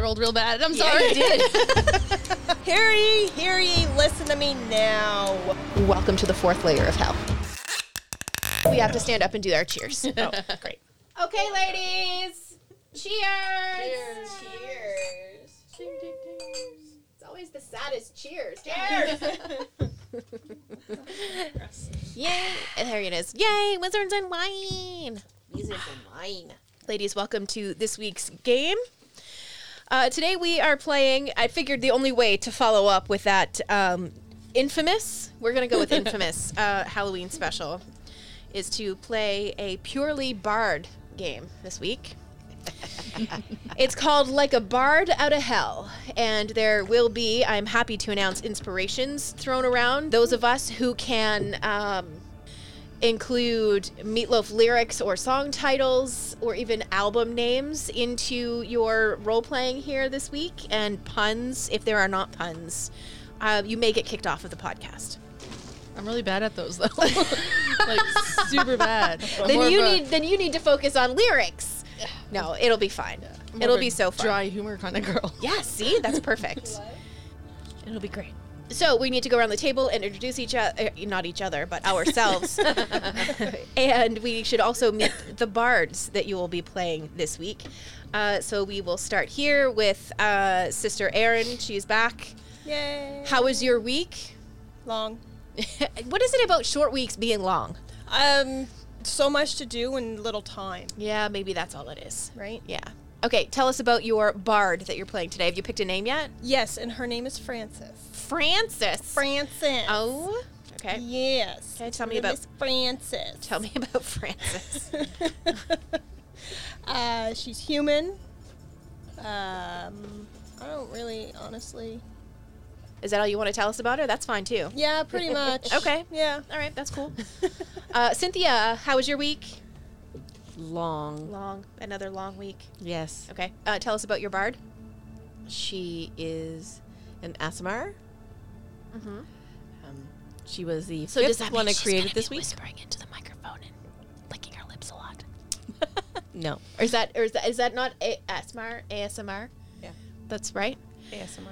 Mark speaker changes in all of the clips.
Speaker 1: rolled real bad. I'm
Speaker 2: Yeah,
Speaker 1: sorry.
Speaker 2: you did. hear ye, hear ye, listen to me now.
Speaker 1: Welcome to the fourth layer of hell.
Speaker 2: We have to stand up and do our cheers.
Speaker 3: Oh, great.
Speaker 2: Okay, ladies. Cheers. Cheers. It's always the saddest cheers. Cheers. Yay. And there it is. Yay, Wizards and Wine. Wizards and Wine. Ladies, welcome to this week's game. Uh, today we are playing. I figured the only way to follow up with that um, infamous, we're going to go with infamous uh, Halloween special, is to play a purely bard game this week. it's called Like a Bard Out of Hell, and there will be, I'm happy to announce, inspirations thrown around. Those of us who can. Um, include meatloaf lyrics or song titles or even album names into your role playing here this week and puns if there are not puns uh, you may get kicked off of the podcast
Speaker 1: I'm really bad at those though. like super bad. I'm more
Speaker 2: then you
Speaker 1: of a-
Speaker 2: need then you need to focus on lyrics no it'll be fine
Speaker 1: I'm more
Speaker 2: it'll
Speaker 1: of a
Speaker 2: be so fun
Speaker 1: Dry humor kind of girl.
Speaker 2: Yeah, see, that's perfect. It'll be great. So we need to go around the table and introduce each other, not each other, but ourselves. and we should also meet the bards that you will be playing this week. Uh, so we will start here with uh, Sister Erin. She's back.
Speaker 3: Yay.
Speaker 2: How was your week?
Speaker 3: Long.
Speaker 2: what is it about short weeks being long?
Speaker 3: Um, so much to do in little time,
Speaker 2: Yeah, maybe that's all it is.
Speaker 3: right?
Speaker 2: Yeah. Okay, tell us about your bard that you're playing today. Have you picked a name yet?
Speaker 3: Yes, and her name is Frances.
Speaker 2: Francis.
Speaker 3: Frances.
Speaker 2: oh, okay.
Speaker 3: Yes.
Speaker 2: Okay, tell me
Speaker 3: Her
Speaker 2: about-
Speaker 3: name is Frances.
Speaker 2: Tell me about Francis.
Speaker 3: uh, she's human. Um, I don't really, honestly.
Speaker 2: Is that all you want to tell us about her? That's fine too.
Speaker 3: Yeah, pretty much.
Speaker 2: Okay.
Speaker 3: Yeah.
Speaker 2: All right, that's cool. Uh, Cynthia, how was your week?
Speaker 4: long.
Speaker 2: Long, another long week.
Speaker 4: Yes.
Speaker 2: Okay. Uh, tell us about your bard.
Speaker 4: She is an Asimar.
Speaker 2: Mm-hmm.
Speaker 4: Um, she was the
Speaker 2: So does
Speaker 4: fifth
Speaker 2: that
Speaker 4: one
Speaker 2: mean
Speaker 4: I
Speaker 2: she's
Speaker 4: created
Speaker 2: gonna
Speaker 4: this
Speaker 2: be
Speaker 4: week.
Speaker 2: whispering into the microphone and licking her lips a lot?
Speaker 4: No.
Speaker 2: Or is that or is that is that not a- ASMR? ASMR.
Speaker 4: Yeah.
Speaker 2: That's right.
Speaker 3: ASMR.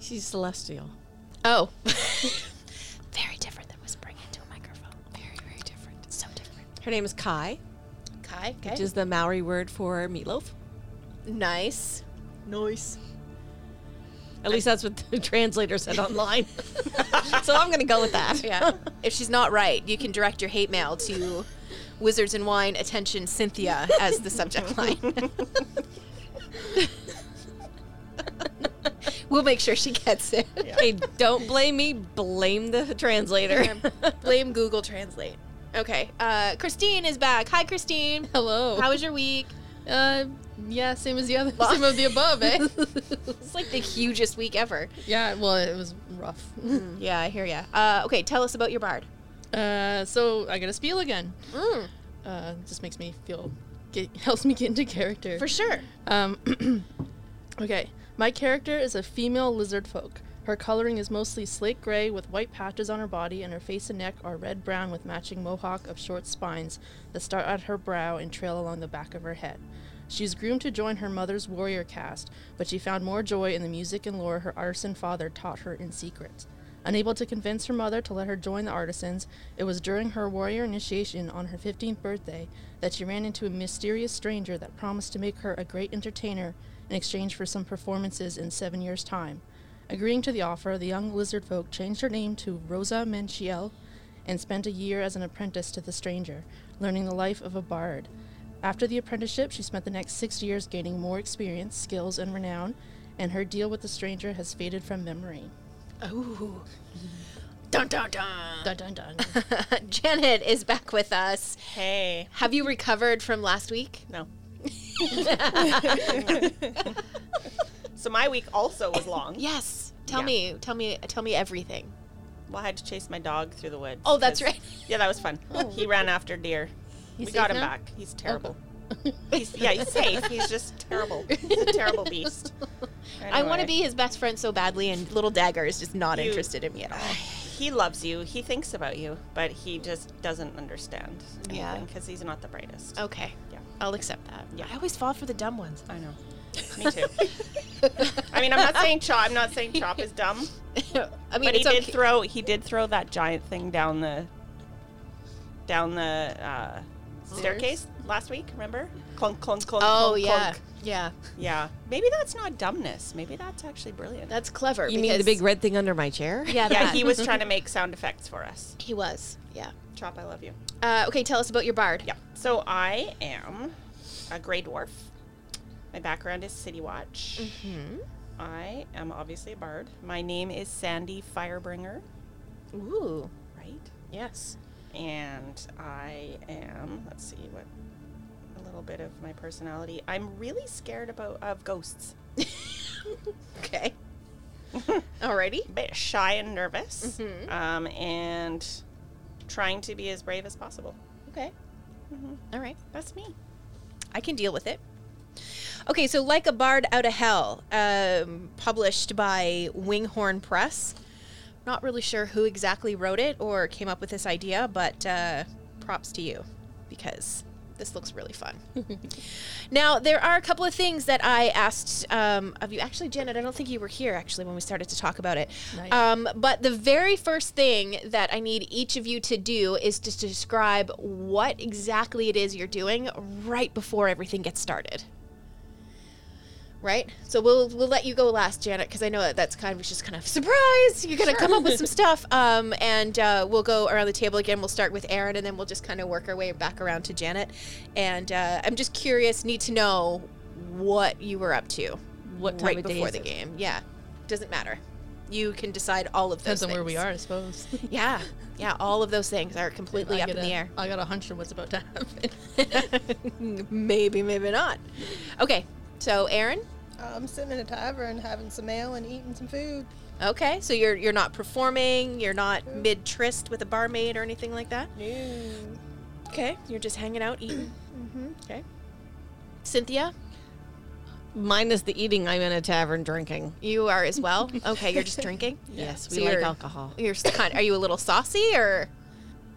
Speaker 4: She's celestial.
Speaker 2: Oh.
Speaker 1: Very different than whispering into a microphone. Very, very different. So different.
Speaker 4: Her name is Kai,
Speaker 2: Kai. Okay.
Speaker 4: which is the Maori word for meatloaf.
Speaker 2: nice.
Speaker 4: Nice. At least that's what the translator said online. so I'm going to go with that.
Speaker 2: Yeah. if she's not right, you can direct your hate mail to Wizards and Wine Attention Cynthia as the subject line. we'll make sure she gets it.
Speaker 4: Hey, don't blame me, blame the translator.
Speaker 2: Blame Google Translate. Okay. Uh, Christine is back. Hi, Christine.
Speaker 1: Hello.
Speaker 2: How was your week?
Speaker 1: Uh, yeah, same as the other, same as the above, eh?
Speaker 2: It's like the hugest week ever.
Speaker 1: yeah. Well, it was rough.
Speaker 2: Yeah, I hear ya. Uh, okay, tell us about your bard.
Speaker 1: Uh, so I got to spiel again.
Speaker 2: Mm,
Speaker 1: Uh, just makes me feel, get, helps me get into character.
Speaker 2: for sure.
Speaker 1: Um, okay. My character is a female lizard folk. Her coloring is mostly slate gray with white patches on her body, and her face and neck are red brown with matching mohawk of short spines that start at her brow and trail along the back of her head. She's groomed to join her mother's warrior caste, but she found more joy in the music and lore her artisan father taught her in secret. Unable to convince her mother to let her join the artisans, it was during her warrior initiation on her 15th birthday that she ran into a mysterious stranger that promised to make her a great entertainer in exchange for some performances in seven years' time. Agreeing to the offer, the young lizard folk changed her name to Rosa Manchiel and spent a year as an apprentice to the stranger, learning the life of a bard. After the apprenticeship, she spent the next six years gaining more experience, skills, and renown, and her deal with the stranger has faded from memory.
Speaker 2: Ooh. Dun dun dun.
Speaker 1: Dun dun dun.
Speaker 2: Janet is back with us.
Speaker 3: Hey.
Speaker 2: Have you recovered from last week?
Speaker 3: No.
Speaker 5: So my week also was long.
Speaker 2: Yes. Tell
Speaker 5: Yeah.
Speaker 2: me. Tell me. Tell me everything.
Speaker 5: Well, I had to chase my dog through the woods.
Speaker 2: Oh, that's
Speaker 5: 'cause-
Speaker 2: right. Oh.
Speaker 5: Yeah, that was fun. He ran after deer. we
Speaker 1: safe
Speaker 5: got him
Speaker 1: now?
Speaker 5: back. He's terrible. he's, yeah, he's safe. He's just terrible. He's a terrible beast.
Speaker 2: I want to
Speaker 5: Anyway,
Speaker 2: be his best friend so badly, and little Dagger is just not
Speaker 5: You-
Speaker 2: interested in me at all.
Speaker 5: He loves you. He thinks about you, but he just doesn't understand.
Speaker 2: Yeah. Oh.
Speaker 5: Because he's not the brightest.
Speaker 2: Okay.
Speaker 5: Yeah.
Speaker 2: I'll accept that.
Speaker 5: Yeah.
Speaker 2: I always fall for the dumb ones.
Speaker 5: I know. Me too. I mean, I'm not saying Chop. I'm not saying Chop is dumb,
Speaker 2: I mean,
Speaker 5: but he
Speaker 2: it's
Speaker 5: did
Speaker 2: okay.
Speaker 5: throw. He did throw that giant thing down the down the uh, staircase last week. Remember? Clunk, clunk, clunk.
Speaker 2: oh
Speaker 5: clunk,
Speaker 2: yeah,
Speaker 5: clunk.
Speaker 2: yeah.
Speaker 5: Yeah. Maybe that's not dumbness. Maybe that's actually brilliant.
Speaker 2: That's clever.
Speaker 4: You mean the
Speaker 2: because-
Speaker 4: big red thing under my chair?
Speaker 2: Yeah,
Speaker 5: yeah,
Speaker 2: that.
Speaker 5: he was trying to make sound effects for us.
Speaker 2: He was. Yeah.
Speaker 5: Chop, I love you.
Speaker 2: Uh, okay, tell us about your bard.
Speaker 5: Yeah. So I am a gray dwarf. My background is City Watch.
Speaker 2: Mm-hmm. Hmm.
Speaker 5: I am obviously a bard. My name is Sandy Firebringer,
Speaker 2: Ooh.
Speaker 5: right?
Speaker 2: Yes.
Speaker 5: And I am, let's see what a little bit of my personality. I'm really scared about of ghosts.
Speaker 2: Okay. Alrighty.
Speaker 5: A bit shy and nervous. Um, and trying to be as brave as possible.
Speaker 2: Okay.
Speaker 5: Mm-hmm.
Speaker 2: All right.
Speaker 5: That's me.
Speaker 2: I can deal with it. Okay, so like a bard out of hell, um, published by Winghorn Press. Not really sure who exactly wrote it or came up with this idea, but uh, props to you because this looks really fun. now there are a couple of things that I asked um, of you. Actually, Janet, I don't think you were here actually when we started to talk about it.
Speaker 1: Not yet.
Speaker 2: Um, but the very first thing that I need each of you to do is to describe what exactly it is you're doing right before everything gets started. Right, so we'll we'll let you go last, Janet, because I know that that's kind of just kind of surprise. You're gonna come up with some stuff, um, and uh, we'll go around the table again. We'll start with Aaron, and then we'll just kind of work our way back around to Janet. And uh, I'm just curious, need to know what you were up to
Speaker 4: What time
Speaker 2: right
Speaker 4: of day
Speaker 2: before
Speaker 4: is
Speaker 2: the
Speaker 4: it?
Speaker 2: game. Yeah, doesn't matter. You can decide all of those.
Speaker 1: Depends on where we
Speaker 2: things.
Speaker 1: are, I suppose.
Speaker 2: Yeah, yeah, all of those things are completely
Speaker 1: I
Speaker 2: up
Speaker 1: get
Speaker 2: in the
Speaker 1: a-
Speaker 2: air.
Speaker 1: I got a hunch of what's about to happen.
Speaker 2: maybe, maybe not. Okay, so Aaron.
Speaker 3: I'm sitting in a tavern having some ale and eating some food.
Speaker 2: Okay, so you're you're not performing, you're not mid tryst with a barmaid or anything like that.
Speaker 3: No.
Speaker 2: Okay, you're just hanging out eating. Okay, Cynthia,
Speaker 4: Minus the eating, I'm in a tavern drinking.
Speaker 2: you are as well. Okay, you're just drinking.
Speaker 4: Yes,
Speaker 2: So
Speaker 4: we like
Speaker 2: you're-
Speaker 4: alcohol.
Speaker 2: You're s- kind. Are you a little saucy or?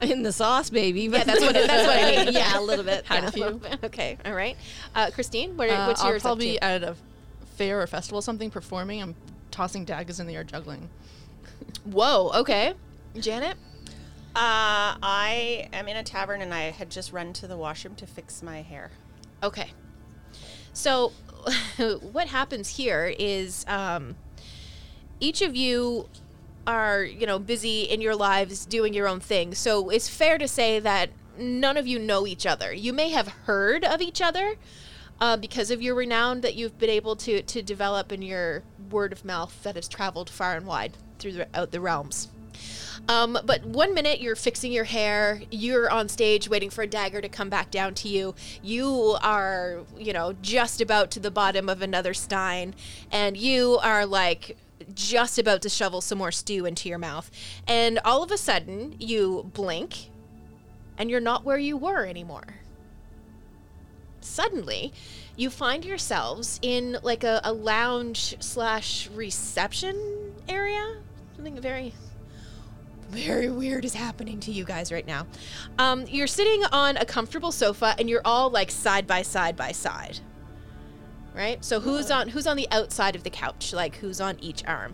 Speaker 4: In the sauce, baby.
Speaker 2: Yeah, that's what that's what I mean. Yeah, a little bit.
Speaker 1: Had a
Speaker 2: yeah,
Speaker 1: few.
Speaker 2: little bit. Okay, all right. Uh, Christine, what,
Speaker 1: Uh,
Speaker 2: what's
Speaker 1: I'll
Speaker 2: yours?
Speaker 1: probably
Speaker 2: up
Speaker 1: at a fair or festival or something performing. I'm tossing daggers in the air, juggling.
Speaker 2: to? Whoa. Okay, Janet.
Speaker 5: Uh, I am in a tavern and I had just run to the washroom to fix my hair.
Speaker 2: Okay. So, what happens here is um, each of you are, you know, busy in your lives doing your own thing. So, it's fair to say that none of you know each other. You may have heard of each other uh, because of your renown that you've been able to, to develop in your word of mouth that has traveled far and wide throughout the realms. Um, but one minute you're fixing your hair, you're on stage waiting for a dagger to come back down to you. You are, you know, just about to the bottom of another stein, and you are like just about to shovel some more stew into your mouth. And all of a sudden, you blink, and you're not where you were anymore. Suddenly, you find yourselves in like a, a lounge slash reception area. Something very very weird is happening to you guys right now. Um, you're sitting on a comfortable sofa and you're all like side by side by side. Right? So who's on who's on the outside of the couch? Like who's on each arm?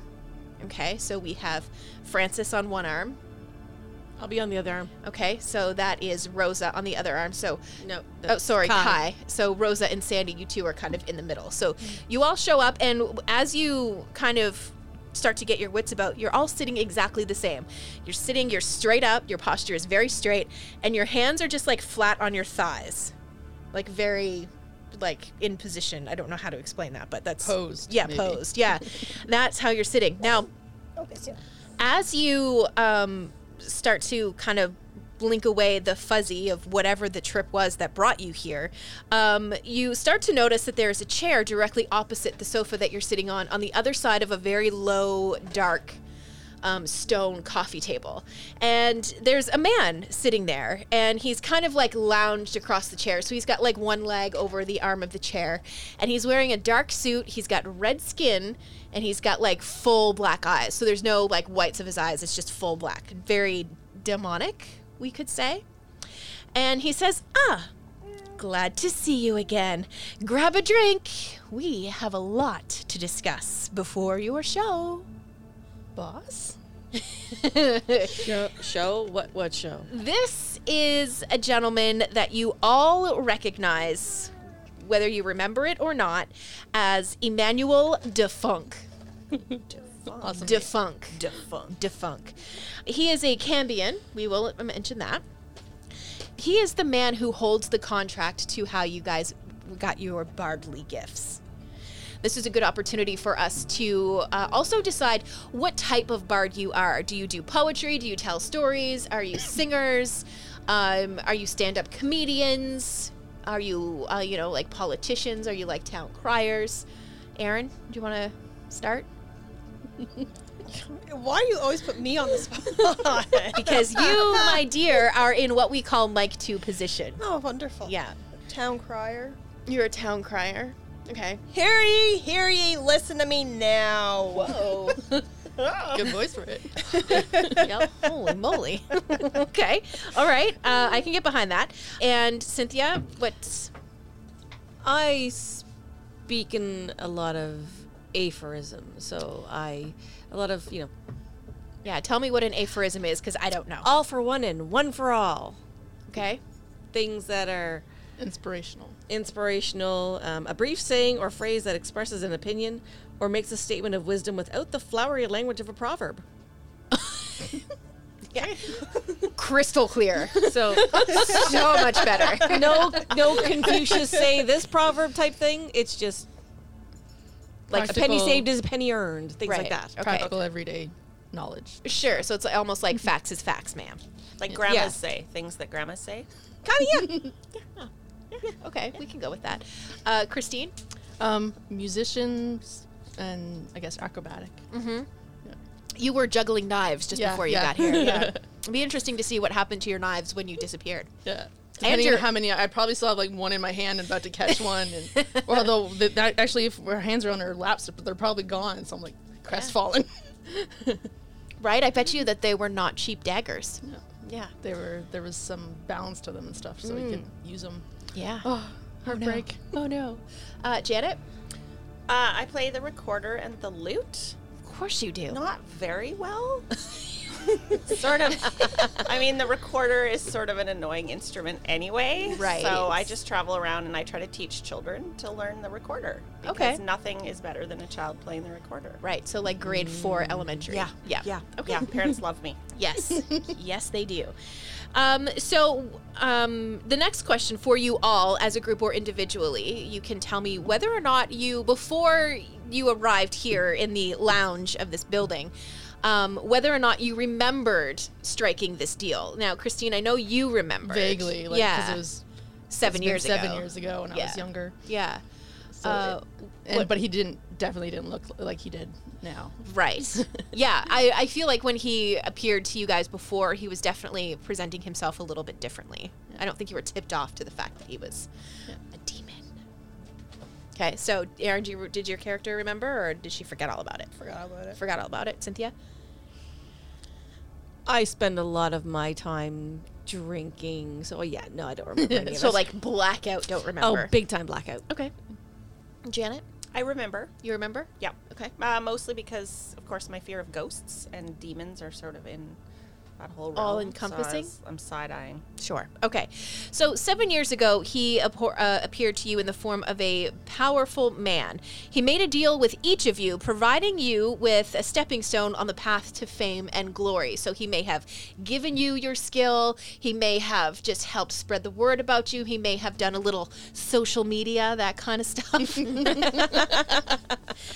Speaker 2: Okay? So we have Francis on one arm.
Speaker 4: I'll be on the other arm.
Speaker 2: Okay? So that is Rosa on the other arm. So
Speaker 4: No.
Speaker 2: Oh, sorry, Kai.
Speaker 4: Kai.
Speaker 2: So Rosa and Sandy, you two are kind of in the middle. So you all show up, and as you kind of start to get your wits about, you're all sitting exactly the same. You're sitting, you're straight up, your posture is very straight, and your hands are just like flat on your thighs, like very, like in position. I don't know how to explain that, but that's
Speaker 1: Posed,
Speaker 2: Yeah,
Speaker 1: maybe.
Speaker 2: posed. Yeah, that's how you're sitting now
Speaker 3: Okay, so
Speaker 2: as you um, start to kind of blink away the fuzzy of whatever the trip was that brought you here, um, you start to notice that there is a chair directly opposite the sofa that you're sitting on, on the other side of a very low, dark um, stone coffee table. And there's a man sitting there, and he's kind of like lounged across the chair. So he's got like one leg over the arm of the chair, and he's wearing a dark suit. He's got red skin, and he's got like full black eyes. So there's no like whites of his eyes, it's just full black. Very demonic, we could say. And he says, Ah, Glad to see you again. Grab a drink. We have a lot to discuss before your show.
Speaker 1: Boss?
Speaker 4: Show, show what? What show?
Speaker 2: This is a gentleman that you all recognize, whether you remember it or not, as Emmanuel Defunk.
Speaker 1: Awesome.
Speaker 2: Defunk.
Speaker 5: Defunct.
Speaker 2: Defunk. He is a Cambian. We will mention that. He is the man who holds the contract to how you guys got your Bardley gifts. This is a good opportunity for us to uh, also decide what type of bard you are. Do you do poetry? Do you tell stories? Are you singers? Um, are you stand-up comedians? Are you, uh, you know, like politicians? Are you like town criers? Aaron, do you want to start?
Speaker 3: Why do you always put me on the spot?
Speaker 2: because you, my dear, are in what we call Mike Two position.
Speaker 3: oh, wonderful.
Speaker 2: Yeah,
Speaker 3: Town crier.
Speaker 2: you're a town crier. Okay.
Speaker 3: Hear ye, hear ye, listen to me now. Whoa.
Speaker 1: Good voice for it.
Speaker 2: Yep. Holy moly. okay. All right. Uh, I can get behind that. And Cynthia, what's
Speaker 4: I speak in a lot of aphorisms, so I a lot of you know
Speaker 2: yeah? Tell me what an aphorism is, because I don't know.
Speaker 4: all for one and one for all
Speaker 2: Okay.
Speaker 4: things that are
Speaker 1: Inspirational.
Speaker 4: inspirational, um, a brief saying or phrase that expresses an opinion or makes a statement of wisdom without the flowery language of a proverb.
Speaker 2: Crystal clear.
Speaker 4: So
Speaker 2: so much better.
Speaker 4: no, no Confucius say this proverb type thing. It's just like a penny
Speaker 1: Practical.
Speaker 4: saved is a penny earned, things like
Speaker 2: Right.
Speaker 4: that.
Speaker 2: Okay.
Speaker 1: Practical everyday knowledge.
Speaker 2: Sure. So it's almost like facts is facts, ma'am.
Speaker 5: Like grandmas
Speaker 4: Yeah.
Speaker 5: say, things that grandmas say.
Speaker 2: Kind of. Yeah. yeah. Okay. We can go with that. Uh, Christine.
Speaker 1: Um, musicians and I guess acrobatic.
Speaker 2: you were juggling knives just
Speaker 1: Yeah,
Speaker 2: before you
Speaker 1: yeah.
Speaker 2: got here.
Speaker 1: Yeah.
Speaker 2: It'd be interesting to see what happened to your knives when you disappeared.
Speaker 1: Yeah. Depending
Speaker 2: your-
Speaker 1: on how many, I probably still have like one in my hand and about to catch one. And or although th- that actually, if our hands are on our laps, they're probably gone. So I'm like crestfallen.
Speaker 2: Right? I bet you that they were not cheap daggers.
Speaker 1: yeah. They were there was some balance to them and stuff, so we could
Speaker 2: Mm.
Speaker 1: use them.
Speaker 2: Yeah.
Speaker 1: Oh, heartbreak.
Speaker 2: Oh no. Uh, Janet?
Speaker 5: Uh, I play the recorder and the lute.
Speaker 2: Of course you do.
Speaker 5: Not very well. sort of. I mean, the recorder is sort of an annoying instrument anyway.
Speaker 2: Right.
Speaker 5: So I just travel around and I try to teach children to learn the recorder. Because
Speaker 2: Okay.
Speaker 5: nothing is better than a child playing the recorder.
Speaker 2: Right. So like grade four elementary.
Speaker 5: Mm. Yeah.
Speaker 2: Yeah.
Speaker 5: Yeah. Okay. Yeah. Parents love me.
Speaker 2: Yes. yes, they do. Um, so um, the next question for you all as a group or individually, you can tell me whether or not you, before you arrived here in the lounge of this building, um, whether or not you remembered striking this deal. Now, Christine, I know you remember
Speaker 1: Vaguely, like because
Speaker 2: yeah,
Speaker 1: it was
Speaker 2: seven
Speaker 1: it's been
Speaker 2: years
Speaker 1: seven
Speaker 2: ago.
Speaker 1: years ago, when I
Speaker 2: Yeah.
Speaker 1: was younger.
Speaker 2: Yeah.
Speaker 1: So
Speaker 2: Uh,
Speaker 1: it- and, but he didn't definitely didn't look like he did now.
Speaker 2: Right. yeah, I, I feel like when he appeared to you guys before, he was definitely presenting himself a little bit differently. I don't think you were tipped off to the fact that he was a demon. Okay, so Aaron, do you, did your character remember, or did she forget all about it?
Speaker 3: Forgot about it.
Speaker 2: Forgot all about it, Cynthia.
Speaker 4: I spend a lot of my time drinking, so oh, yeah, no, I don't remember. Any of
Speaker 2: So
Speaker 4: it.
Speaker 2: like blackout, don't
Speaker 4: oh,
Speaker 2: remember.
Speaker 4: big time blackout.
Speaker 2: okay. Janet,
Speaker 5: I remember.
Speaker 2: you remember?
Speaker 5: Yeah.
Speaker 2: Okay.
Speaker 5: Uh, mostly because, of course, my fear of ghosts and demons are sort of in that whole realm.
Speaker 2: All
Speaker 5: so I
Speaker 2: encompassing?
Speaker 5: was- I'm side eyeing.
Speaker 2: Sure. Okay. So seven years ago, he appo- uh, appeared to you in the form of a powerful man. He made a deal with each of you, providing you with a stepping stone on the path to fame and glory. So he may have given you your skill. He may have just helped spread the word about you. He may have done a little social media, that kind of stuff.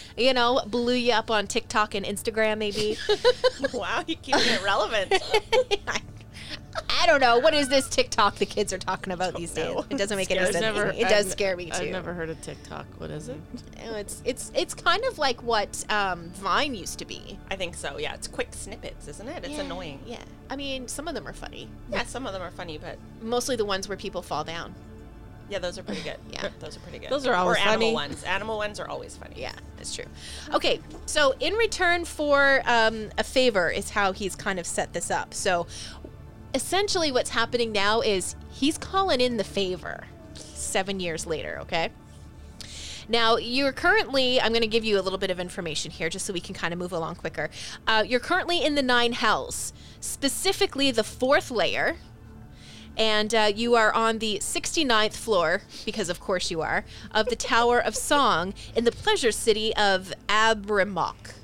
Speaker 2: you know, blew you up on TikTok and Instagram, maybe.
Speaker 5: wow, you keep it relevant.
Speaker 2: I don't know. What is this TikTok the kids are talking about these days?
Speaker 5: know.
Speaker 2: It doesn't make any sense. to me. it does scare me too.
Speaker 4: heard of TikTok. What is it?
Speaker 2: Oh, It's it's it's kind of like what um, Vine used to be.
Speaker 5: I think so. Yeah, it's quick snippets, isn't it? It's
Speaker 2: Yeah,
Speaker 5: annoying.
Speaker 2: Yeah. I mean, some of them are funny.
Speaker 5: Yeah, some of them are funny, but
Speaker 2: Mostly the ones where people fall down.
Speaker 5: yeah, those are pretty good.
Speaker 2: Yeah.
Speaker 5: those are pretty good.
Speaker 4: Those are always
Speaker 5: or
Speaker 4: funny.
Speaker 5: animal ones. Animal ones are always funny.
Speaker 2: Yeah, that's true. Okay, so in return for um, a favor is how he's kind of set this up. So essentially, what's happening now is he's calling in the favor. seven years later, okay? Now, you're currently, I'm going to give you a little bit of information here just so we can kind of move along quicker. Uh, you're currently in the nine hells, specifically the fourth layer, and uh, you are on the 69th floor, because of course you are, of the Tower of Song in the pleasure city of Abramok.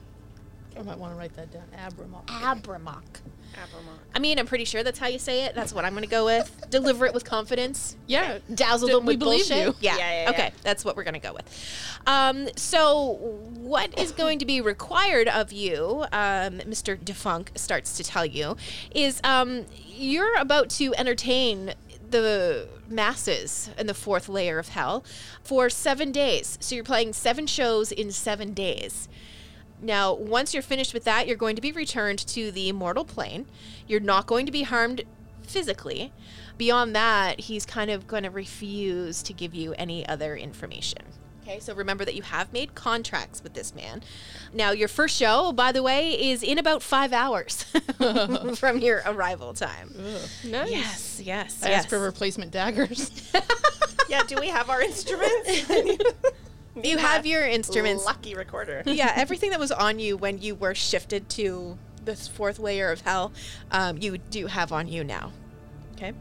Speaker 1: I might want to write that down. Abramok.
Speaker 2: Ah, Abramok.
Speaker 5: Abermont.
Speaker 2: I mean, I'm pretty sure that's how you say it. That's what I'm going to go with. Deliver it with confidence.
Speaker 1: Yeah.
Speaker 2: Dazzle
Speaker 1: D-
Speaker 2: them
Speaker 1: we
Speaker 2: with
Speaker 1: believe
Speaker 2: bullshit.
Speaker 1: you.
Speaker 2: Yeah.
Speaker 5: Yeah, yeah, yeah.
Speaker 2: Okay, that's what we're going to go with. Um, so, what is going to be required of you, um, Mr. Defunk starts to tell you, is um, you're about to entertain the masses in the fourth layer of hell for seven days. So, you're playing seven shows in seven days. Now, once you're finished with that, you're going to be returned to the mortal plane. You're not going to be harmed physically. Beyond that, he's kind of going to refuse to give you any other information. Okay, so remember that you have made contracts with this man. Now, your first show, by the way, is in about five hours from your arrival time.
Speaker 1: Nice.
Speaker 2: Yes, yes,
Speaker 1: I
Speaker 2: yes.
Speaker 1: asked for replacement daggers.
Speaker 5: yeah, do we have our instruments?
Speaker 2: you have your instruments.
Speaker 5: Lucky recorder.
Speaker 2: yeah, everything that was on you when you were shifted to this fourth layer of hell, um, you do have on you now. Okay.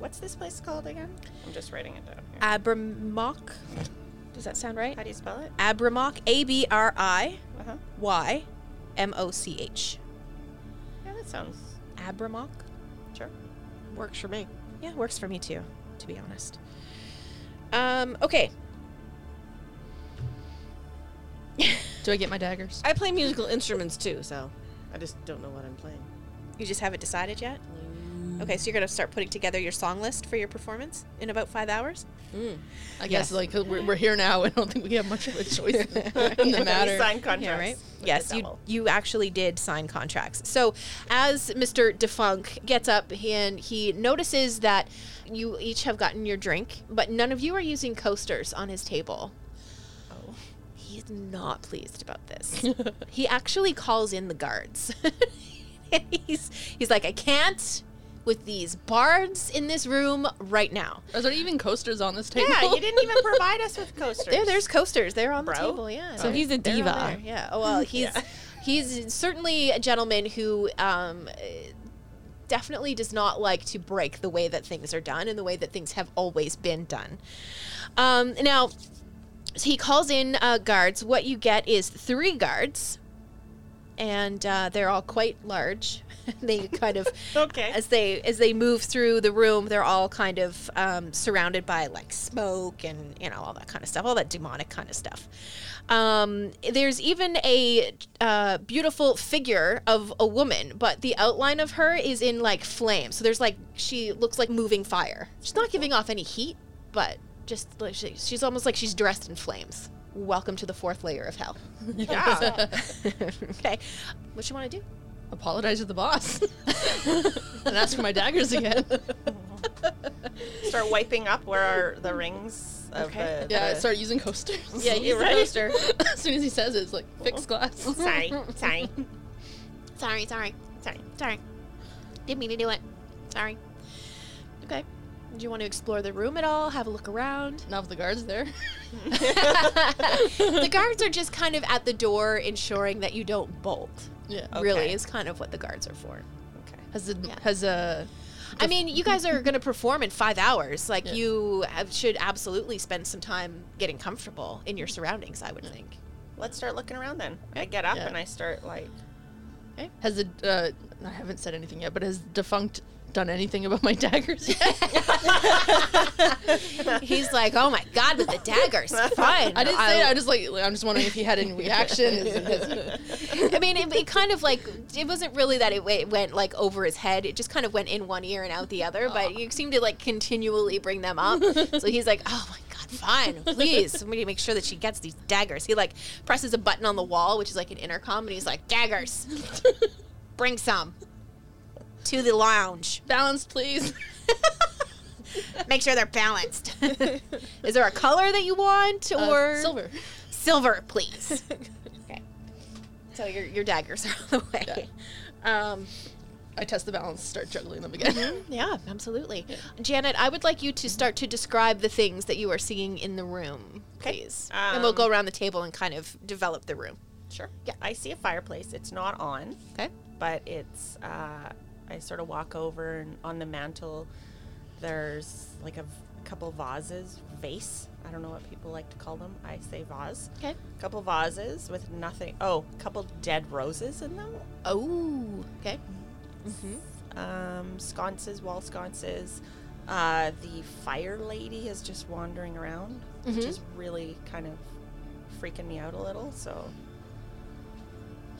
Speaker 5: What's this place called again? I'm just writing it down here.
Speaker 2: Abramok. Does that sound right?
Speaker 5: How do you spell it?
Speaker 2: Abramok. A B R I
Speaker 5: Uh-huh.
Speaker 2: Y M O C H.
Speaker 5: Yeah, that sounds
Speaker 2: Abramok?
Speaker 5: sure.
Speaker 2: Works for me. Yeah, works for me too, to be honest. Um, okay.
Speaker 1: Do I get my daggers?
Speaker 4: I play musical instruments too, so I just don't know what I'm playing.
Speaker 2: You just haven't decided yet? Okay, so you're going to start putting together your song list for your performance in about five hours?
Speaker 1: I guess like 'cause we're, we're here now. I don't think we have much of a choice in the matter.
Speaker 5: Sign contracts.
Speaker 2: Yeah, right?
Speaker 5: with the
Speaker 2: Yes, you,
Speaker 5: devil.
Speaker 2: you actually did sign contracts. So, as Mr. Defunk gets up and he notices that you each have gotten your drink, but none of you are using coasters on his table.
Speaker 1: Oh.
Speaker 2: He's not pleased about this. he actually calls in the guards. And he's, he's like, I can't with these bards in this room right now.
Speaker 1: Are there even coasters on this table?
Speaker 5: Yeah, you didn't even provide us with coasters.
Speaker 2: There, there's coasters. They're on
Speaker 5: Bro.
Speaker 2: the table. Yeah.
Speaker 4: So Oh, he's a
Speaker 2: They're on
Speaker 4: diva.
Speaker 2: there, Yeah. Oh, well, he's he's certainly a gentleman who um, eh, definitely does not like to break the way that things are done and the way that things have always been done. Um, now, so he calls in uh, guards. What you get is three guards, and uh, they're all quite large. they kind of
Speaker 5: Okay.
Speaker 2: as they as they move through the room, they're all kind of um, surrounded by like smoke and you know all that kind of stuff, all that demonic kind of stuff. Um, there's even a uh, beautiful figure of a woman, but the outline of her is in like flame. So there's like she looks like moving fire. She's not giving off any heat, but just like she, she's almost like she's dressed in flames. Welcome to the fourth layer of hell.
Speaker 5: Yeah.
Speaker 2: okay, what you want to do?
Speaker 1: Apologize to the boss and ask for my daggers again.
Speaker 5: Start wiping up where are the rings of
Speaker 2: Okay.
Speaker 5: the,
Speaker 1: Yeah, I
Speaker 5: the-
Speaker 1: start using coasters.
Speaker 5: uh, Yeah, use the Right. coaster.
Speaker 1: as soon as he says it, it's like fixed glass.
Speaker 5: Sorry, sorry,
Speaker 2: Sorry, sorry.
Speaker 5: sorry.
Speaker 2: Sorry. Didn't mean to do it. Sorry. Okay. Do you want to explore the room at all? Have a look around?
Speaker 1: Now if the guard's there.
Speaker 2: the guards are just kind of at the door ensuring that you don't bolt.
Speaker 1: Yeah.
Speaker 2: Really
Speaker 5: Okay.
Speaker 2: is kind of what the guards are for.
Speaker 5: Okay.
Speaker 1: Has the,
Speaker 2: Oh. Yeah.
Speaker 1: has uh, a
Speaker 2: I mean, you guys are going to perform in 5 hours. Like
Speaker 1: Yeah.
Speaker 2: you have, should absolutely spend some time getting comfortable in your surroundings, I would think.
Speaker 5: Let's start looking around then. I get up
Speaker 1: Yeah.
Speaker 5: and I start like
Speaker 1: has a uh, I haven't said anything yet, but has defunct done anything about my daggers yet?
Speaker 2: He's like, "Oh my god, with the daggers." Fine.
Speaker 1: I didn't say
Speaker 2: I'll-
Speaker 1: it. I just like I'm just wondering if he had any reaction. Is- is-
Speaker 2: I mean, it, it kind of like it wasn't really that it, it went like over his head. It just kind of went in one ear and out the other. But you seem to like continually bring them up. so he's like, "Oh my god, fine, please. We need to make sure that she gets these daggers." He like presses a button on the wall, which is like an intercom, and he's like, "Daggers, bring some to the lounge.
Speaker 1: Balance, please.
Speaker 2: Make sure they're balanced. is there a color that you want
Speaker 1: Uh,
Speaker 2: or
Speaker 1: silver.
Speaker 2: silver, please. okay. So your, your daggers are on the way. Um,
Speaker 1: I test the balance, start juggling them again.
Speaker 2: Yeah, absolutely. Janet, I would like you to start to describe the things that you are seeing in the room, please. and we'll
Speaker 5: Um,
Speaker 2: go around the table and kind of develop the room.
Speaker 5: Sure. Yeah. I see a fireplace. It's not on,
Speaker 2: Okay.
Speaker 5: but it's. Uh, I sort of walk over and on the mantle, there's like a v- couple vases, vase. I don't know what people like to call them. I say vase.
Speaker 2: Okay.
Speaker 5: Couple vases with nothing. Oh, couple dead roses in them.
Speaker 2: Oh. Okay.
Speaker 5: Um, sconces, wall sconces. Uh, the fire lady is just wandering around, which
Speaker 2: Mm-hmm.
Speaker 5: is really kind of freaking me out a little. So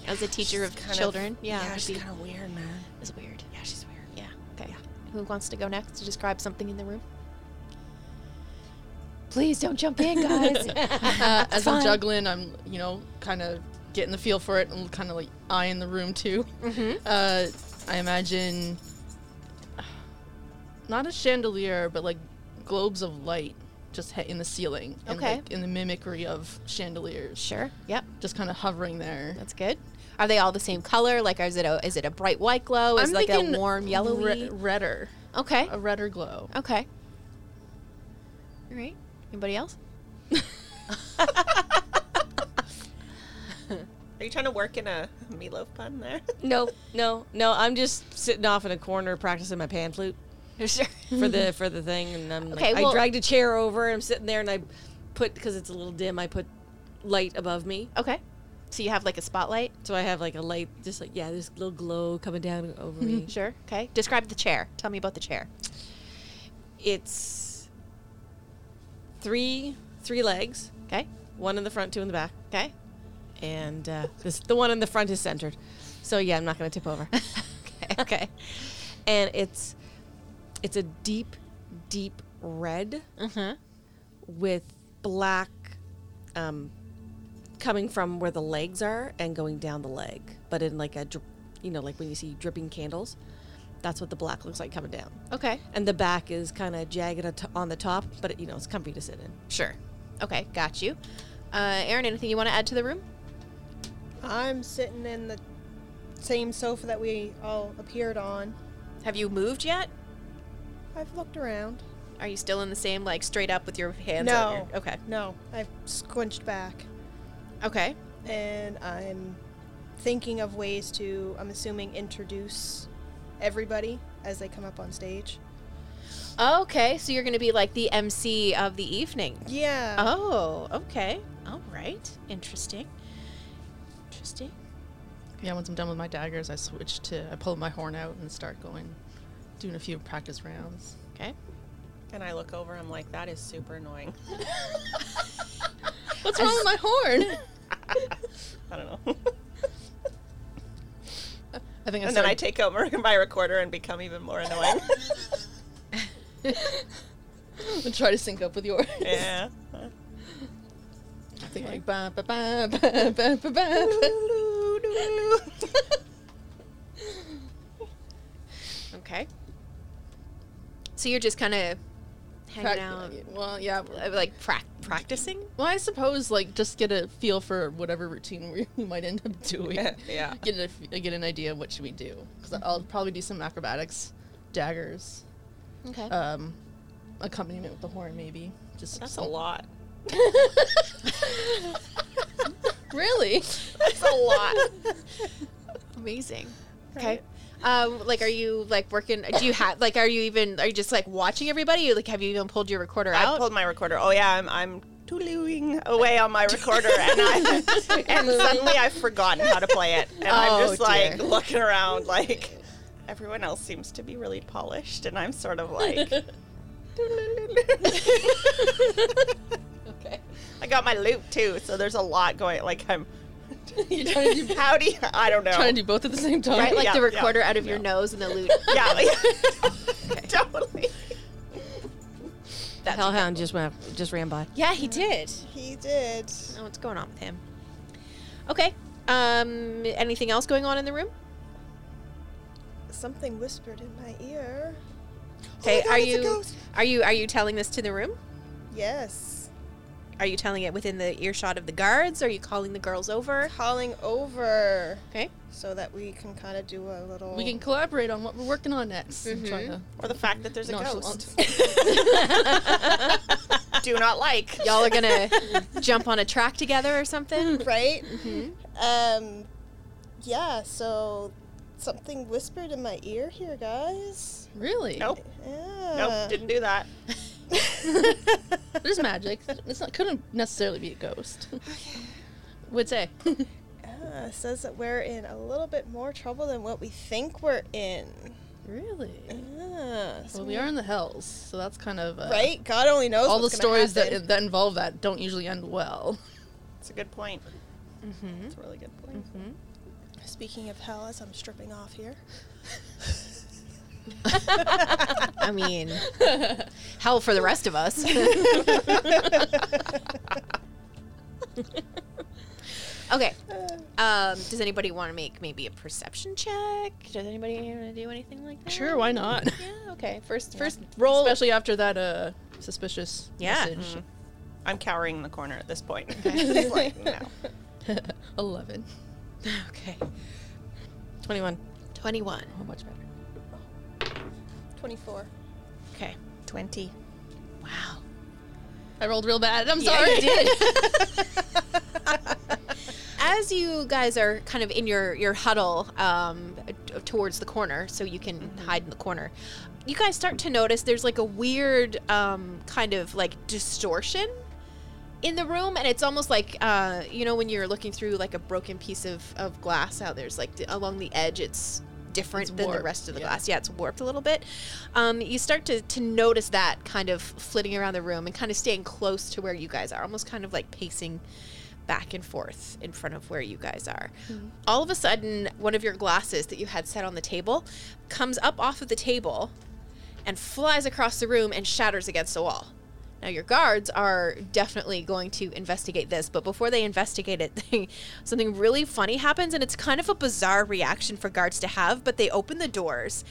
Speaker 2: As a teacher of
Speaker 5: kind of-
Speaker 2: children, yeah,
Speaker 5: yeah
Speaker 2: it'd
Speaker 5: she's
Speaker 2: be-
Speaker 5: kind of weird, man.
Speaker 2: it's weird.
Speaker 5: Yeah, she's weird.
Speaker 2: Yeah. Okay. Who wants to go next to describe something in the room?
Speaker 6: Please don't jump in, guys.
Speaker 1: Uh, as I'm
Speaker 6: fine.
Speaker 1: juggling, I'm you know kind of getting the feel for it and kind of like eyeing the room too. Uh, I imagine not a chandelier, but like globes of light just he- in the ceiling, and
Speaker 2: Okay.
Speaker 1: like in the mimicry of chandeliers,
Speaker 2: Sure. Yep.
Speaker 1: just kind of hovering there.
Speaker 2: That's good. Are they all the same color? Like, is it a is it a bright white glow? Is it like a warm yellowy?
Speaker 1: re-
Speaker 2: Oh.
Speaker 1: redder,
Speaker 2: okay.
Speaker 1: a redder glow.
Speaker 2: Okay. All right. Anybody else?
Speaker 5: Are you trying to work in a meatloaf pun there?
Speaker 4: No, no, no. I'm just sitting off in a corner practicing my pan flute
Speaker 2: Sure.
Speaker 4: for the for the thing, and I'm
Speaker 2: Okay,
Speaker 4: like,
Speaker 2: well-
Speaker 4: I dragged a chair over, and I'm sitting there, and I put because it's a little dim, I put light above me,
Speaker 2: Okay. So you have like a spotlight.
Speaker 4: so I have like a light, just like yeah, this little glow coming down over me.
Speaker 2: Sure. Okay. Describe the chair. Tell me about the chair.
Speaker 4: It's three three legs,
Speaker 2: Okay.
Speaker 4: one in the front, two in the back,
Speaker 2: Okay.
Speaker 4: and uh, this the one in the front is centered. So yeah, I'm not gonna tip over.
Speaker 2: okay. Okay.
Speaker 4: and it's it's a deep, deep red
Speaker 2: Uh-huh.
Speaker 4: with black um, coming from where the legs are and going down the leg, but in like a dri- you know like when you see dripping candles, that's what the black looks like coming down.
Speaker 2: Okay.
Speaker 4: And the back is kind of jagged at- on the top, but you know it's comfy to sit in.
Speaker 2: Sure. Okay. Got you. Uh, Aaron, anything you want to add to the room?
Speaker 3: I'm sitting in the same sofa that we all appeared on.
Speaker 2: Have you moved yet?
Speaker 3: I've looked around.
Speaker 2: Are you still in the same like straight up with your hands? on
Speaker 3: no.
Speaker 2: your- okay.
Speaker 3: No. I've squinched back.
Speaker 2: Okay.
Speaker 3: And I'm thinking of ways to, I'm assuming, introduce everybody as they come up on stage.
Speaker 2: Okay. So you're going to be like the MC of the evening.
Speaker 3: Yeah.
Speaker 2: Oh, okay. All right. Interesting. Interesting.
Speaker 1: Yeah, once I'm done with my daggers, I switch to I pull my horn out and start going, doing a few practice rounds.
Speaker 2: Okay.
Speaker 5: And I look over, I'm like, that is super annoying.
Speaker 1: What's wrong with my horn?
Speaker 5: I don't know.
Speaker 1: I think I
Speaker 5: and then I
Speaker 1: started
Speaker 5: take out my- my recorder and become even more annoying.
Speaker 1: and try to sync up with yours.
Speaker 5: yeah.
Speaker 1: I think like ba ba ba ba ba ba ba.
Speaker 2: Okay. So you're just kind of hanging out,
Speaker 1: Prac- Well, yeah.
Speaker 2: uh, like prac practicing.
Speaker 1: Well, I suppose like just get a feel for whatever routine we- we might end up doing.
Speaker 5: Yeah.
Speaker 1: Get a f- get an idea of what should we do because I'll probably do some acrobatics, daggers,
Speaker 2: Okay.
Speaker 1: um, accompaniment with the horn maybe. Just
Speaker 5: That's a
Speaker 1: some-
Speaker 5: lot.
Speaker 1: Really?
Speaker 5: That's a lot.
Speaker 2: Amazing. Okay. Um, like, are you like working? Do you have like? Are you even? Are you just like watching everybody? You, like, have you even pulled your recorder
Speaker 5: I
Speaker 2: out?
Speaker 5: pulled my recorder. Oh, yeah, I'm, I'm toodling away on my recorder. and, I, and suddenly I've forgotten how to play it. And I'm
Speaker 2: Oh,
Speaker 5: just like
Speaker 2: dear.
Speaker 5: looking around, like, everyone else seems to be really polished. And I'm sort of like.
Speaker 1: Okay.
Speaker 5: I got my loop too, so there's a lot going. Like I'm,
Speaker 1: You're trying to do,
Speaker 5: how do you? I don't know.
Speaker 1: trying to do both at the same time.
Speaker 2: right, like
Speaker 5: Yeah,
Speaker 2: the
Speaker 5: yeah,
Speaker 2: recorder out of your nose and the loot.
Speaker 5: yeah, like, totally.
Speaker 2: That's
Speaker 4: Hellhound just went just ran by.
Speaker 2: Yeah, he did.
Speaker 3: He did.
Speaker 2: Oh, what's going on with him? Okay. Um, anything else going on in the room?
Speaker 3: Oh Something whispered in my ear.
Speaker 2: Okay,
Speaker 3: God,
Speaker 2: are
Speaker 3: it's a
Speaker 2: you
Speaker 3: ghost.
Speaker 2: are you are you telling this to the room?
Speaker 3: Yes.
Speaker 2: Are you telling it within the earshot of the guards? Are you calling the girls over?
Speaker 3: Calling over
Speaker 2: Okay.
Speaker 3: so that we can kind of do a little.
Speaker 1: We can collaborate on what we're working on next. I'm trying to
Speaker 5: Or the fact that there's a
Speaker 1: nonchalant.
Speaker 5: ghost. Do not like.
Speaker 2: Y'all are gonna jump on a track together or something.
Speaker 3: right?
Speaker 1: mm-hmm.
Speaker 3: Um, yeah. So something whispered in my ear here, guys.
Speaker 1: Really?
Speaker 5: Nope.
Speaker 3: Yeah.
Speaker 2: Uh.
Speaker 5: Nope. Didn't do that.
Speaker 1: There's magic. It's not couldn't necessarily be a ghost. Would say.
Speaker 3: Uh, it says that we're in a little bit more trouble than what we think we're in.
Speaker 1: really?
Speaker 3: Uh, so
Speaker 1: Well, we are in the hells, so that's kind of uh,
Speaker 3: right? God only knows.
Speaker 1: All the
Speaker 3: what's gonna
Speaker 1: stories
Speaker 3: happen.
Speaker 1: that that involve that don't usually end well.
Speaker 5: It's a good point.
Speaker 2: Mm-hmm.
Speaker 5: It's a really good point.
Speaker 3: Speaking of hell, as I'm stripping off here.
Speaker 2: I mean, hell for the rest of us. okay. Um, does anybody want to make maybe a perception check? Does anybody want to do anything like that?
Speaker 1: Sure, why not?
Speaker 2: Yeah. Okay. First, first
Speaker 1: Roll, especially after that uh, suspicious
Speaker 2: Yeah.
Speaker 1: message.
Speaker 5: I'm cowering in the corner at this point. Like, no.
Speaker 1: mm-hmm. Eleven.
Speaker 2: Okay.
Speaker 1: Twenty-one.
Speaker 2: 21.
Speaker 1: Oh, much better.
Speaker 3: 24.
Speaker 2: Okay.
Speaker 5: 20.
Speaker 2: Wow.
Speaker 1: I rolled real bad. I'm
Speaker 2: Yeah,
Speaker 1: sorry.
Speaker 2: you As you guys are kind of in your, your huddle um, t- towards the corner, so you can hide in the corner, you guys start to notice there's like a weird um, kind of like distortion in the room and it's almost like uh, you know when you're looking through like a broken piece of, of glass how there's like the, along the edge it's different
Speaker 1: It's
Speaker 2: than the
Speaker 1: warped,
Speaker 2: rest of the
Speaker 1: yeah.
Speaker 2: glass yeah it's warped a little bit um, you start to, to notice that kind of flitting around the room and kind of staying close to where you guys are almost kind of like pacing back and forth in front of where you guys are
Speaker 1: Mm-hmm.
Speaker 2: all of a sudden one of your glasses that you had set on the table comes up off of the table and flies across the room and shatters against the wall. Now, your guards are definitely going to investigate this, but before they investigate it, they, something really funny happens, and it's kind of a bizarre reaction for guards to have, but they open the doors.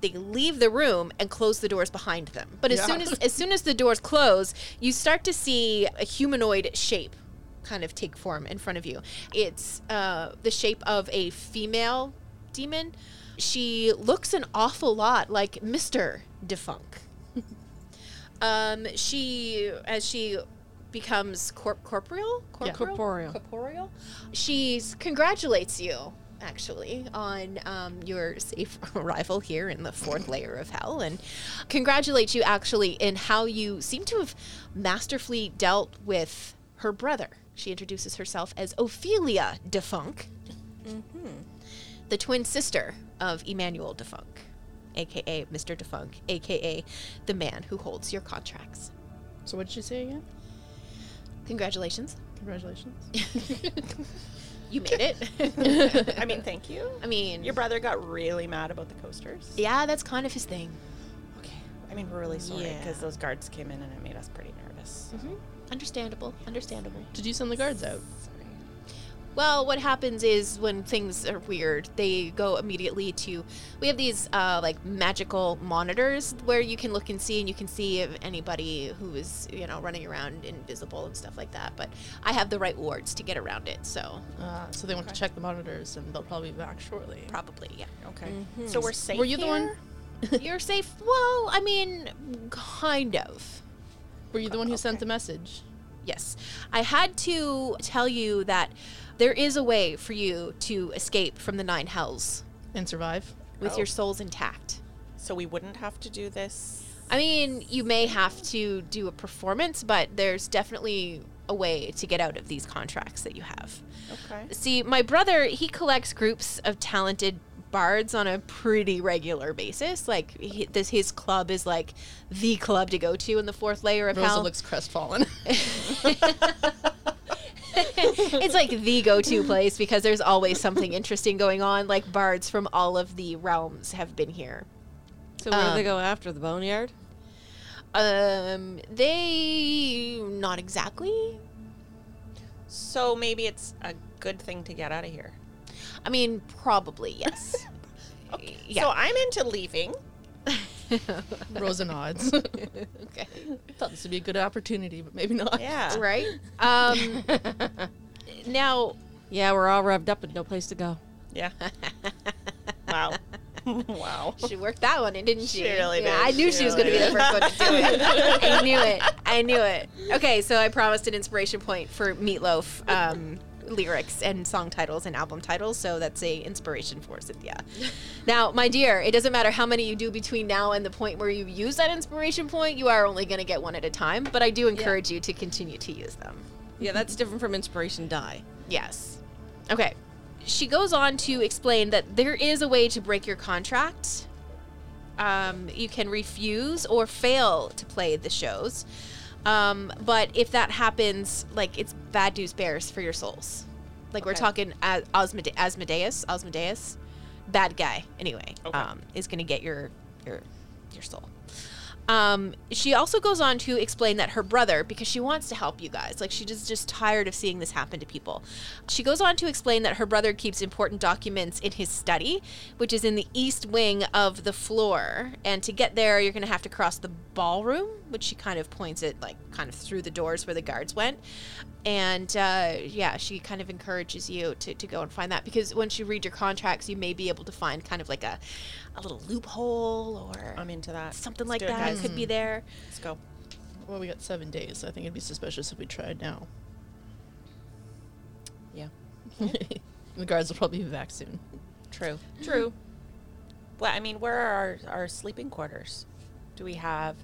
Speaker 2: They leave the room and close the doors behind them. But as soon as as soon as the doors close, you start to see a humanoid shape kind of take form in front of you. It's uh, the shape of a female demon. She looks an awful lot like Mr. Defunk. um, she, as she becomes corp- corporeal?
Speaker 1: Yeah.
Speaker 2: corporeal,
Speaker 4: Corporeal.
Speaker 2: corporeal, she congratulates you actually on um, your safe arrival here in the fourth layer of hell and congratulates you actually in how you seem to have masterfully dealt with her brother she introduces herself as ophelia defunk the twin sister of Emmanuel Defunk, aka Mr. Defunk, aka the man who holds your contracts.
Speaker 1: So what did she say again?
Speaker 2: Congratulations,
Speaker 1: Congratulations.
Speaker 2: you made it.
Speaker 5: I mean, thank you.
Speaker 2: I mean,
Speaker 5: Your brother got really mad about the coasters.
Speaker 2: yeah, that's kind of his thing.
Speaker 5: Okay. I mean, we're really sorry
Speaker 2: Yeah. Mm-hmm.
Speaker 5: because those guards came in and it made us pretty nervous.
Speaker 2: Understandable, understandable.
Speaker 1: Did you send the guards out?
Speaker 2: Well, what happens is when things are weird, they go immediately to. We have these uh, like magical monitors where you can look and see, and you can see if anybody who is you know running around invisible and stuff like that. But I have the right wards to get around it, so
Speaker 1: Uh, so they went to check the monitors, and they'll probably be back shortly.
Speaker 2: probably yeah.
Speaker 5: Okay.
Speaker 2: Mm-hmm.
Speaker 5: So we're safe.
Speaker 1: Were you the one?
Speaker 5: here?
Speaker 2: You're safe. Well, I mean, kind of.
Speaker 1: Were you the one who sent the message?
Speaker 2: Yes. I had to tell you that there is a way for you to escape from the nine hells
Speaker 1: And survive.
Speaker 2: with
Speaker 5: Oh.
Speaker 2: your souls intact.
Speaker 5: So we wouldn't have to do this.
Speaker 2: I mean, you may have to do a performance, but there's definitely a way to get out of these contracts that you have.
Speaker 5: Okay.
Speaker 2: See, my brother, he collects groups of talented bards on a pretty regular basis. Like he, this his club is like the club to go to in the fourth layer of
Speaker 1: Rosa
Speaker 2: hell.
Speaker 1: looks crestfallen.
Speaker 2: it's like the go-to place because there's always something interesting going on. Like bards from all of the realms have been here.
Speaker 4: So where do
Speaker 2: Um,
Speaker 4: they go after the boneyard?
Speaker 2: Um, they not exactly.
Speaker 5: So maybe it's a good thing to get out of here.
Speaker 2: I mean, probably yes.
Speaker 5: Okay.
Speaker 2: Yeah.
Speaker 5: So I'm into leaving.
Speaker 1: Rosa nods.
Speaker 2: Okay.
Speaker 1: Thought this would be a good opportunity, but maybe not.
Speaker 5: Yeah.
Speaker 2: Right? Um, now,
Speaker 4: Yeah, we're all revved up and no place to go.
Speaker 5: Yeah. wow. wow.
Speaker 2: she worked that one in, didn't she?
Speaker 5: She really
Speaker 2: yeah,
Speaker 5: did.
Speaker 2: I knew she,
Speaker 5: She
Speaker 2: was going to be the
Speaker 5: really
Speaker 2: first one to do it. I knew it. I knew it. Okay, so I promised an inspiration point for Meatloaf um, lyrics and song titles and album titles, so that's a inspiration for Cynthia. now, my dear, it doesn't matter how many you do between now and the point where you use that inspiration point, you are only going to get one at a time, but I do encourage you to continue to use them.
Speaker 4: Yeah, that's different from inspiration die.
Speaker 2: Yes. Okay. She goes on to explain that there is a way to break your contract. Um, you can refuse or fail to play the shows. Um, but if that happens, like it's bad news bears for your souls. Like we're
Speaker 5: Okay.
Speaker 2: talking as- Osmode- Asmodeus, Asmodeus, bad guy anyway,
Speaker 5: Okay.
Speaker 2: um, is going to get your your your soul. Um, she also goes on to explain that her brother, because she wants to help you guys, like she just just tired of seeing this happen to people. She goes on to explain that her brother keeps important documents in his study, which is in the east wing of the floor. And to get there, you're going to have to cross the ballroom, which she kind of points at, like kind of through the doors where the guards went. And uh, yeah, she kind of encourages you to, to go and find that because once you read your contracts, you may be able to find kind of like a, a little loophole or
Speaker 5: I'm into that.
Speaker 2: something
Speaker 5: Let's
Speaker 2: like
Speaker 5: do it,
Speaker 2: that
Speaker 5: guys.
Speaker 2: could be there.
Speaker 5: Let's go.
Speaker 1: Well, we got seven days. So I think it'd be suspicious if we tried now.
Speaker 4: Yeah.
Speaker 1: Mm-hmm. the guards will probably be back soon.
Speaker 5: True.
Speaker 4: True.
Speaker 5: Well, I mean, where are our, our sleeping quarters? Do we have?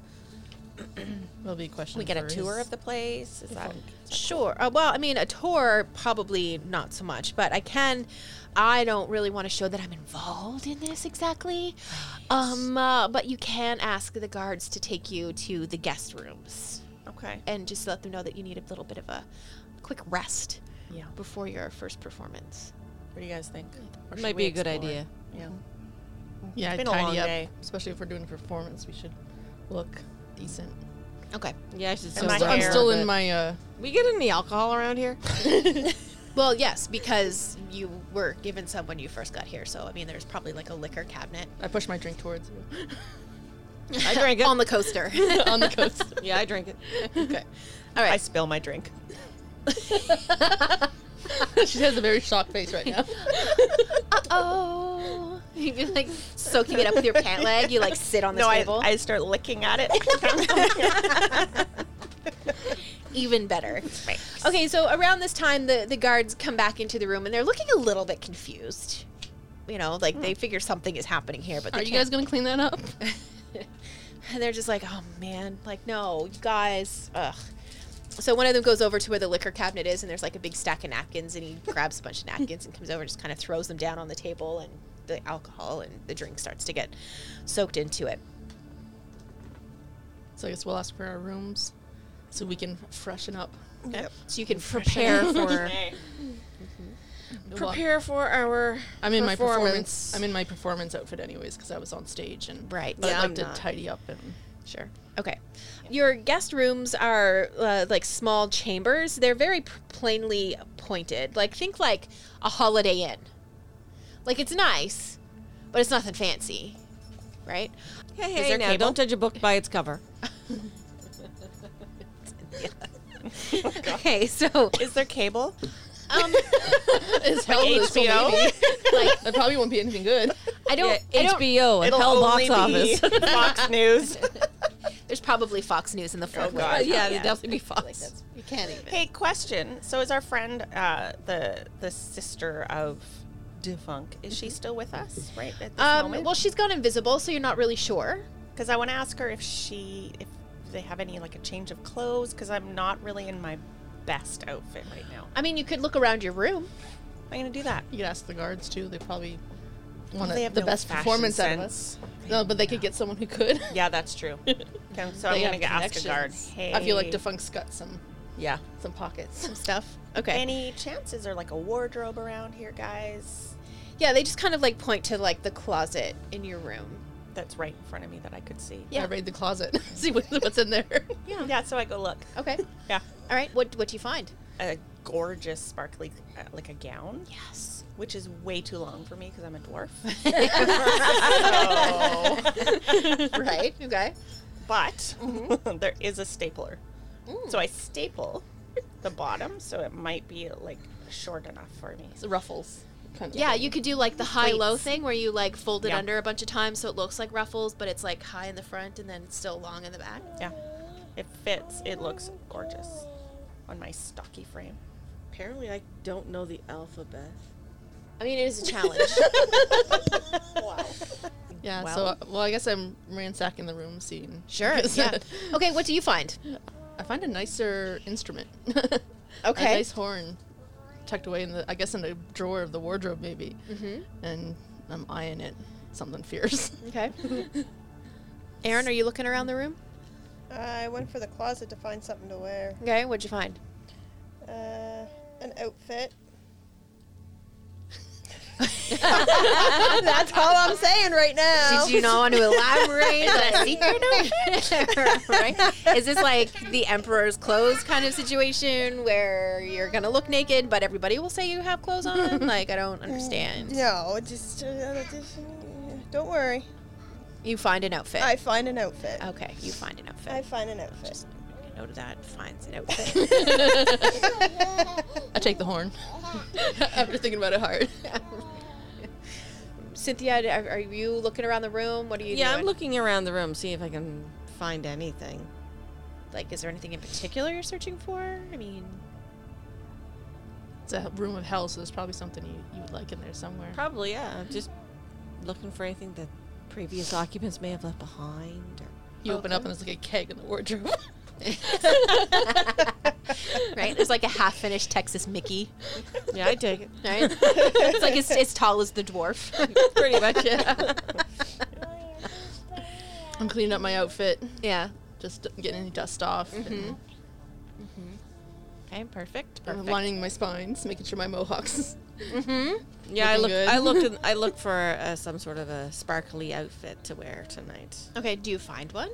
Speaker 1: That'll be a question.
Speaker 5: We get a
Speaker 1: for
Speaker 5: tour
Speaker 1: his-
Speaker 5: of the place. Is that?
Speaker 2: Sure. Uh, well, I mean, a tour probably not so much, but I can. I don't really want to show that I'm involved in this exactly. Um, uh, but you can ask the guards to take you to the guest rooms
Speaker 5: Okay.
Speaker 2: and just let them know that you need a little bit of a quick rest
Speaker 5: Yeah.
Speaker 2: before your first performance.
Speaker 5: What do you guys think? Or should
Speaker 4: Might
Speaker 5: we
Speaker 4: be a good
Speaker 5: explore?
Speaker 4: idea.
Speaker 5: Yeah.
Speaker 1: Yeah,
Speaker 5: It's been a
Speaker 1: tidy
Speaker 5: long
Speaker 1: up.
Speaker 5: day.
Speaker 1: Especially if we're doing a performance, we should look decent.
Speaker 2: Okay.
Speaker 4: Yeah, I should
Speaker 5: And my
Speaker 4: sober
Speaker 1: I'm
Speaker 4: up
Speaker 5: hair.
Speaker 4: a
Speaker 1: still
Speaker 4: bit.
Speaker 1: in my. uh
Speaker 4: We get any alcohol around here?
Speaker 2: Well, yes, because you were given some when you first got here, so I mean, there's probably like a liquor cabinet
Speaker 1: I push my drink towards you
Speaker 4: I drank it.
Speaker 2: on the coaster.
Speaker 1: on the coast.
Speaker 4: yeah, I drank it.
Speaker 1: Okay.
Speaker 2: All
Speaker 5: I
Speaker 2: right.
Speaker 5: spill my drink.
Speaker 1: she has a very shocked face right now.
Speaker 2: oh. You're like soaking Oh, it up with your pant leg. You like sit on the
Speaker 5: No, I,
Speaker 2: table.
Speaker 5: I start licking at it.
Speaker 2: Even better. Okay, so around this time, the, the guards come back into the room and they're looking a little bit confused. You know, like
Speaker 5: Hmm.
Speaker 2: they figure something is happening here, but they
Speaker 1: Are you guys gonna clean that up?
Speaker 2: and they're just like, oh man, like no, you guys, ugh. So one of them goes over to where the liquor cabinet is, and there's like a big stack of napkins, and he grabs a bunch of napkins and comes over and just kind of throws them down on the table, and the alcohol and the drink starts to get soaked into it.
Speaker 1: So I guess we'll ask for our rooms, so we can freshen up.
Speaker 2: So you can
Speaker 4: Prepare
Speaker 2: prepare.
Speaker 4: for
Speaker 1: We'll walk-
Speaker 4: prepare for our.
Speaker 1: I'm in my
Speaker 4: performance.
Speaker 1: performance. I'm in my performance outfit anyways because I was on stage and
Speaker 2: Right.
Speaker 1: But I'd
Speaker 4: Yeah,
Speaker 1: like
Speaker 4: I'm
Speaker 1: to
Speaker 4: not.
Speaker 1: tidy up and
Speaker 2: Sure. Okay. Your guest rooms are uh, like small chambers. They're very p- plainly pointed. Like think like a Holiday Inn. Like it's nice, but it's nothing fancy, right?
Speaker 4: Hey,
Speaker 2: Is
Speaker 4: hey,
Speaker 2: there
Speaker 4: now
Speaker 2: cable?
Speaker 4: don't judge a book by its cover.
Speaker 2: Okay, so
Speaker 5: Is there cable?
Speaker 2: um,
Speaker 1: it's hell this will
Speaker 5: HBO?
Speaker 1: maybe. that probably won't be anything good.
Speaker 2: I don't. I don't-
Speaker 4: HBO and
Speaker 5: It'll
Speaker 4: Hell
Speaker 5: only
Speaker 4: Box Office.
Speaker 5: be Fox News.
Speaker 2: There's probably Fox News in the fourth.
Speaker 5: God.
Speaker 2: wave.
Speaker 4: yeah, it'd definitely be Fox.
Speaker 2: Oh, you can't even.
Speaker 5: hey, question. So is our friend uh, the the sister of Defunk?
Speaker 1: Mm-hmm.
Speaker 5: Is she still with us right at this
Speaker 2: Um,
Speaker 5: moment?
Speaker 2: well, she's gone invisible, so you're not really sure.
Speaker 5: because I want to ask her if she if they have any like a change of clothes because I'm not really in my best outfit right now.
Speaker 2: I mean, you could look around your room.
Speaker 5: I'm gonna do that.
Speaker 1: You could ask the guards too. They probably want
Speaker 5: They have
Speaker 1: the
Speaker 5: no
Speaker 1: best
Speaker 5: fashion
Speaker 1: performance out of
Speaker 5: sense.
Speaker 1: us. No, but they could get someone who could.
Speaker 5: Yeah, that's true. Okay, so
Speaker 1: They
Speaker 5: I'm gonna
Speaker 1: have
Speaker 5: go ask a guard.
Speaker 1: connections.
Speaker 5: Hey,
Speaker 1: I feel like Defunct's got some
Speaker 5: yeah.
Speaker 1: some pockets.
Speaker 2: Some stuff. Okay.
Speaker 5: Any chances or like a wardrobe around here, guys?
Speaker 2: yeah, they just kind of like point to like the closet in your room.
Speaker 5: That's right in front of me that I could see.
Speaker 2: Yeah.
Speaker 1: I raid the closet, see what, what's in there.
Speaker 5: Yeah. Yeah. So I go look.
Speaker 2: Okay.
Speaker 5: Yeah.
Speaker 2: All right. What What do you find?
Speaker 5: A gorgeous, sparkly, uh, like a gown.
Speaker 2: Yes.
Speaker 5: which is way too long for me because I'm a dwarf.
Speaker 2: right. Okay.
Speaker 5: But there is a stapler.
Speaker 2: Hmm.
Speaker 5: So I staple the bottom so it might be like short enough for me.
Speaker 1: It's ruffles. Kind of
Speaker 2: Yeah, you could do like the high low thing where you like fold it
Speaker 5: Yeah.
Speaker 2: under a bunch of times so it looks like ruffles, but it's like high in the front and then it's still long in the back.
Speaker 5: Yeah. It fits. It looks gorgeous on my stocky frame.
Speaker 7: Apparently, I don't know the alphabet.
Speaker 2: I mean, it is a challenge.
Speaker 1: Yeah. so, uh, well, I guess I'm ransacking the room, seeing.
Speaker 2: sure. Yeah. Okay, what do you find?
Speaker 1: I find a nicer instrument. okay.
Speaker 2: Okay.
Speaker 1: A nice horn, tucked away in the, I guess, in a drawer of the wardrobe, maybe. Mm-hmm. And I'm eyeing it. Something fierce.
Speaker 2: Okay. Aaron, are you looking around the room?
Speaker 3: I went for the closet to find something to wear.
Speaker 2: Okay, what'd you find?
Speaker 3: Uh, an outfit. That's all I'm saying right now.
Speaker 2: Did you not want to elaborate on a secret over? right? Is this like the emperor's clothes kind of situation where you're gonna look naked, but everybody will say you have clothes on? Like, I don't understand.
Speaker 3: No, just, uh, just don't worry.
Speaker 2: You find an outfit.
Speaker 3: I find an outfit.
Speaker 2: okay, you find an outfit.
Speaker 3: I find an outfit.
Speaker 2: Make a note of that. Finds an outfit.
Speaker 1: I take the horn. After thinking about it hard.
Speaker 2: Cynthia, d- are, are you looking around the room? What are you
Speaker 4: Yeah,
Speaker 2: doing?
Speaker 4: I'm looking around the room, see if I can find anything.
Speaker 2: Like, is there anything in particular you're searching for? I mean,
Speaker 1: It's a room of hell, so there's probably something you, you would like in there somewhere.
Speaker 4: Probably, yeah. Just looking for anything that previous occupants may have left behind. Or...
Speaker 1: You open up and there's like a keg in the wardrobe.
Speaker 2: right? There's like a half finished Texas Mickey,
Speaker 4: Yeah, I take it.
Speaker 2: right? it's like it's as tall as the dwarf.
Speaker 4: Pretty much, yeah.
Speaker 1: I'm cleaning up my outfit,
Speaker 2: yeah.
Speaker 1: just getting any dust off.
Speaker 2: Mm-hmm.
Speaker 1: and
Speaker 2: Okay, perfect.
Speaker 1: I'm aligning my spines, making sure my mohawks.
Speaker 2: Mm-hmm.
Speaker 4: Yeah, I
Speaker 1: Looking
Speaker 4: look.
Speaker 1: good.
Speaker 4: I looked. In, I look for uh, some sort of a sparkly outfit to wear tonight.
Speaker 2: Okay, do you find one?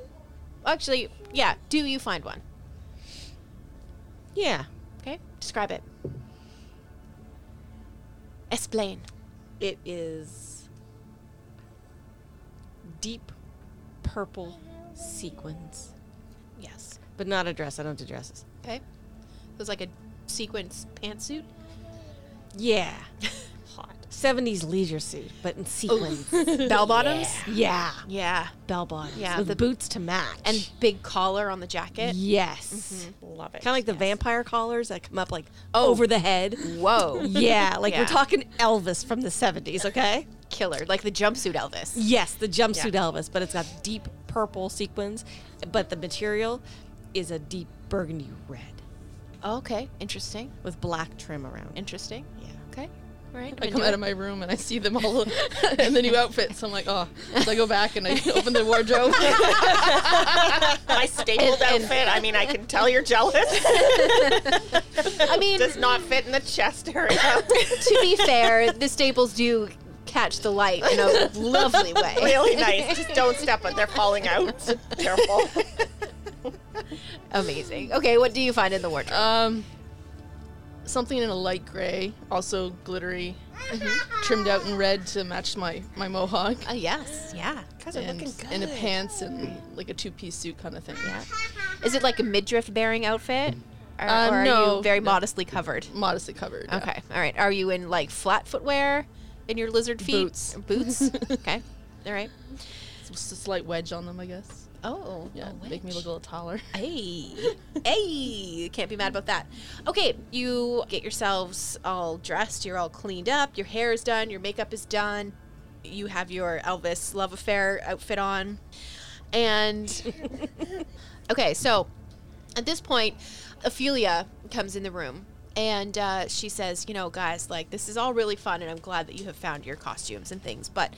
Speaker 2: Actually, yeah, do you find one?
Speaker 4: Yeah,
Speaker 2: Okay, describe it. Explain.
Speaker 4: it is deep purple sequins,
Speaker 2: Yes.
Speaker 4: but not a dress. I don't do dresses.
Speaker 2: Okay. There's like a sequence pantsuit.
Speaker 4: Yeah, hot seventies leisure suit, but in sequins.
Speaker 2: Bell bottoms?
Speaker 4: yeah,
Speaker 2: Yeah.
Speaker 4: bell bottoms.
Speaker 2: Yeah,
Speaker 4: with
Speaker 2: the-
Speaker 4: boots to match.
Speaker 2: And big collar on the jacket.
Speaker 4: yes,
Speaker 5: Love it.
Speaker 4: kind of like the vampire collars that come up like over the head.
Speaker 2: Whoa.
Speaker 4: Yeah, like
Speaker 2: Yeah.
Speaker 4: we're talking Elvis from the 70s, okay?
Speaker 2: Killer. Like the jumpsuit Elvis.
Speaker 4: Yes, the jumpsuit Elvis, but it's got deep purple sequins, but the material is a deep burgundy red
Speaker 2: Okay. Interesting.
Speaker 4: with black trim around. it.
Speaker 2: Interesting.
Speaker 4: yeah.
Speaker 2: Okay. All right.
Speaker 1: I come out of my room and I see them all in the new outfits. I'm like, oh. So I go back and I open the wardrobe.
Speaker 5: my stapled outfit. I mean, I can tell you're jealous.
Speaker 2: I mean,
Speaker 5: Does not fit in the chest area.
Speaker 2: to be fair, the staples do catch the light in a lovely way.
Speaker 5: really nice. Just don't step on. They're falling out. Careful.
Speaker 2: Amazing. Okay, what do you find in the wardrobe?
Speaker 1: um, something in a light gray, also glittery, trimmed out in red to match my, my mohawk.
Speaker 2: Uh, yes, yeah.
Speaker 5: Guys are looking
Speaker 1: And,
Speaker 5: good.
Speaker 1: and a pants and like a two piece suit kind of thing.
Speaker 2: Yeah. Is it like a midriff bearing outfit? Or,
Speaker 1: Uh,
Speaker 2: or are
Speaker 1: no.
Speaker 2: you very
Speaker 1: No.
Speaker 2: modestly covered?
Speaker 1: Modestly covered. yeah.
Speaker 2: Okay, all right. Are you in like flat footwear in your lizard feet?
Speaker 1: Boots.
Speaker 2: Boots? okay, all right.
Speaker 1: It's just a slight wedge on them, I guess.
Speaker 2: Oh,
Speaker 1: Yeah. make me look a little taller.
Speaker 2: Hey, hey, can't be mad about that. Okay, you get yourselves all dressed, you're all cleaned up, your hair is done, your makeup is done, you have your Elvis love affair outfit on. And okay, so at this point, Ophelia comes in the room and uh, she says, You know, guys, like, this is all really fun, and I'm glad that you have found your costumes and things, but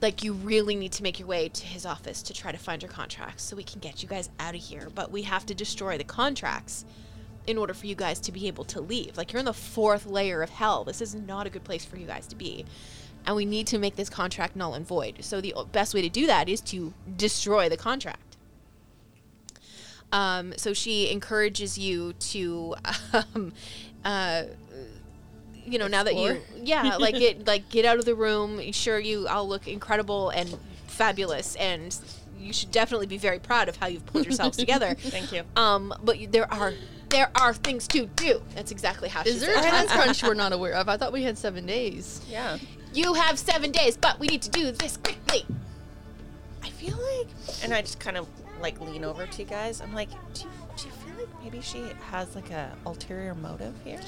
Speaker 2: like you really need to make your way to his office to try to find your contracts so we can get you guys out of here but we have to destroy the contracts in order for you guys to be able to leave like you're in the fourth layer of hell this is not a good place for you guys to be and we need to make this contract null and void so the o- best way to do that is to destroy the contract um, so she encourages you to um, uh, uh, you know, now that you, yeah, like get like get out of the room. Sure, you all look incredible and fabulous, and you should definitely be very proud of how you've pulled yourselves together.
Speaker 5: Thank you.
Speaker 2: Um, but you, there are there are things to do. That's exactly how she
Speaker 1: Is there a
Speaker 2: said it.
Speaker 1: time crunch we're not aware of? I thought we had seven days.
Speaker 5: Yeah.
Speaker 2: You have seven days, but we need to do this quickly.
Speaker 5: I feel like, and I just kind of like lean over to you guys. I'm like, do you, do you feel like maybe she has like a ulterior motive here?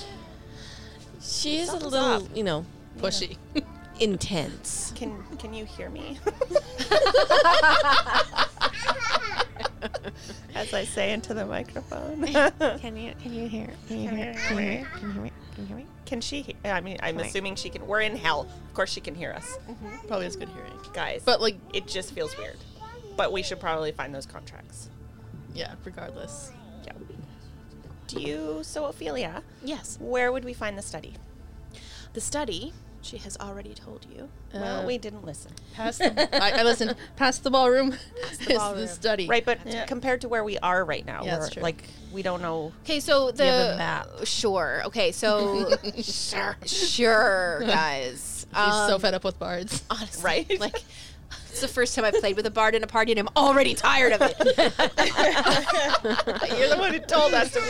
Speaker 4: She is a
Speaker 5: Something's
Speaker 4: little, you know,
Speaker 1: Pushy.
Speaker 4: intense.
Speaker 5: Can can you hear me? As I say into the microphone.
Speaker 6: Can you can you hear? Can you hear? Can you hear?
Speaker 5: can
Speaker 6: Can you hear? Can you hear me?
Speaker 5: she? he- I mean, I'm
Speaker 6: Right.
Speaker 5: assuming she can. We're in hell. Of course, she can hear us,
Speaker 6: Mm-hmm.
Speaker 1: Probably has good hearing.
Speaker 5: guys.
Speaker 1: But like,
Speaker 5: it just feels weird. But we should probably find those contracts.
Speaker 1: yeah, regardless.
Speaker 5: Yeah. Do you? So Ophelia,
Speaker 2: Yes,
Speaker 5: where would we find the study?
Speaker 2: the study. She has already told you.
Speaker 1: Uh,
Speaker 5: well, we didn't listen.
Speaker 1: Past the, I, I listen. Past the ballroom is the
Speaker 2: ballroom.
Speaker 1: study.
Speaker 5: Right, but compared to where we are right now,
Speaker 1: Yeah, that's
Speaker 5: we're
Speaker 1: true.
Speaker 5: like we don't know.
Speaker 2: Okay, so the
Speaker 5: You have a map.
Speaker 2: Sure. Okay, so sure, sure, guys.
Speaker 1: He's so
Speaker 2: Um,
Speaker 1: fed up with bards.
Speaker 2: honestly,
Speaker 5: Right?
Speaker 2: Like it's the first time I've played with a bard in a party, and I'm already tired of it.
Speaker 5: You're the one who told us to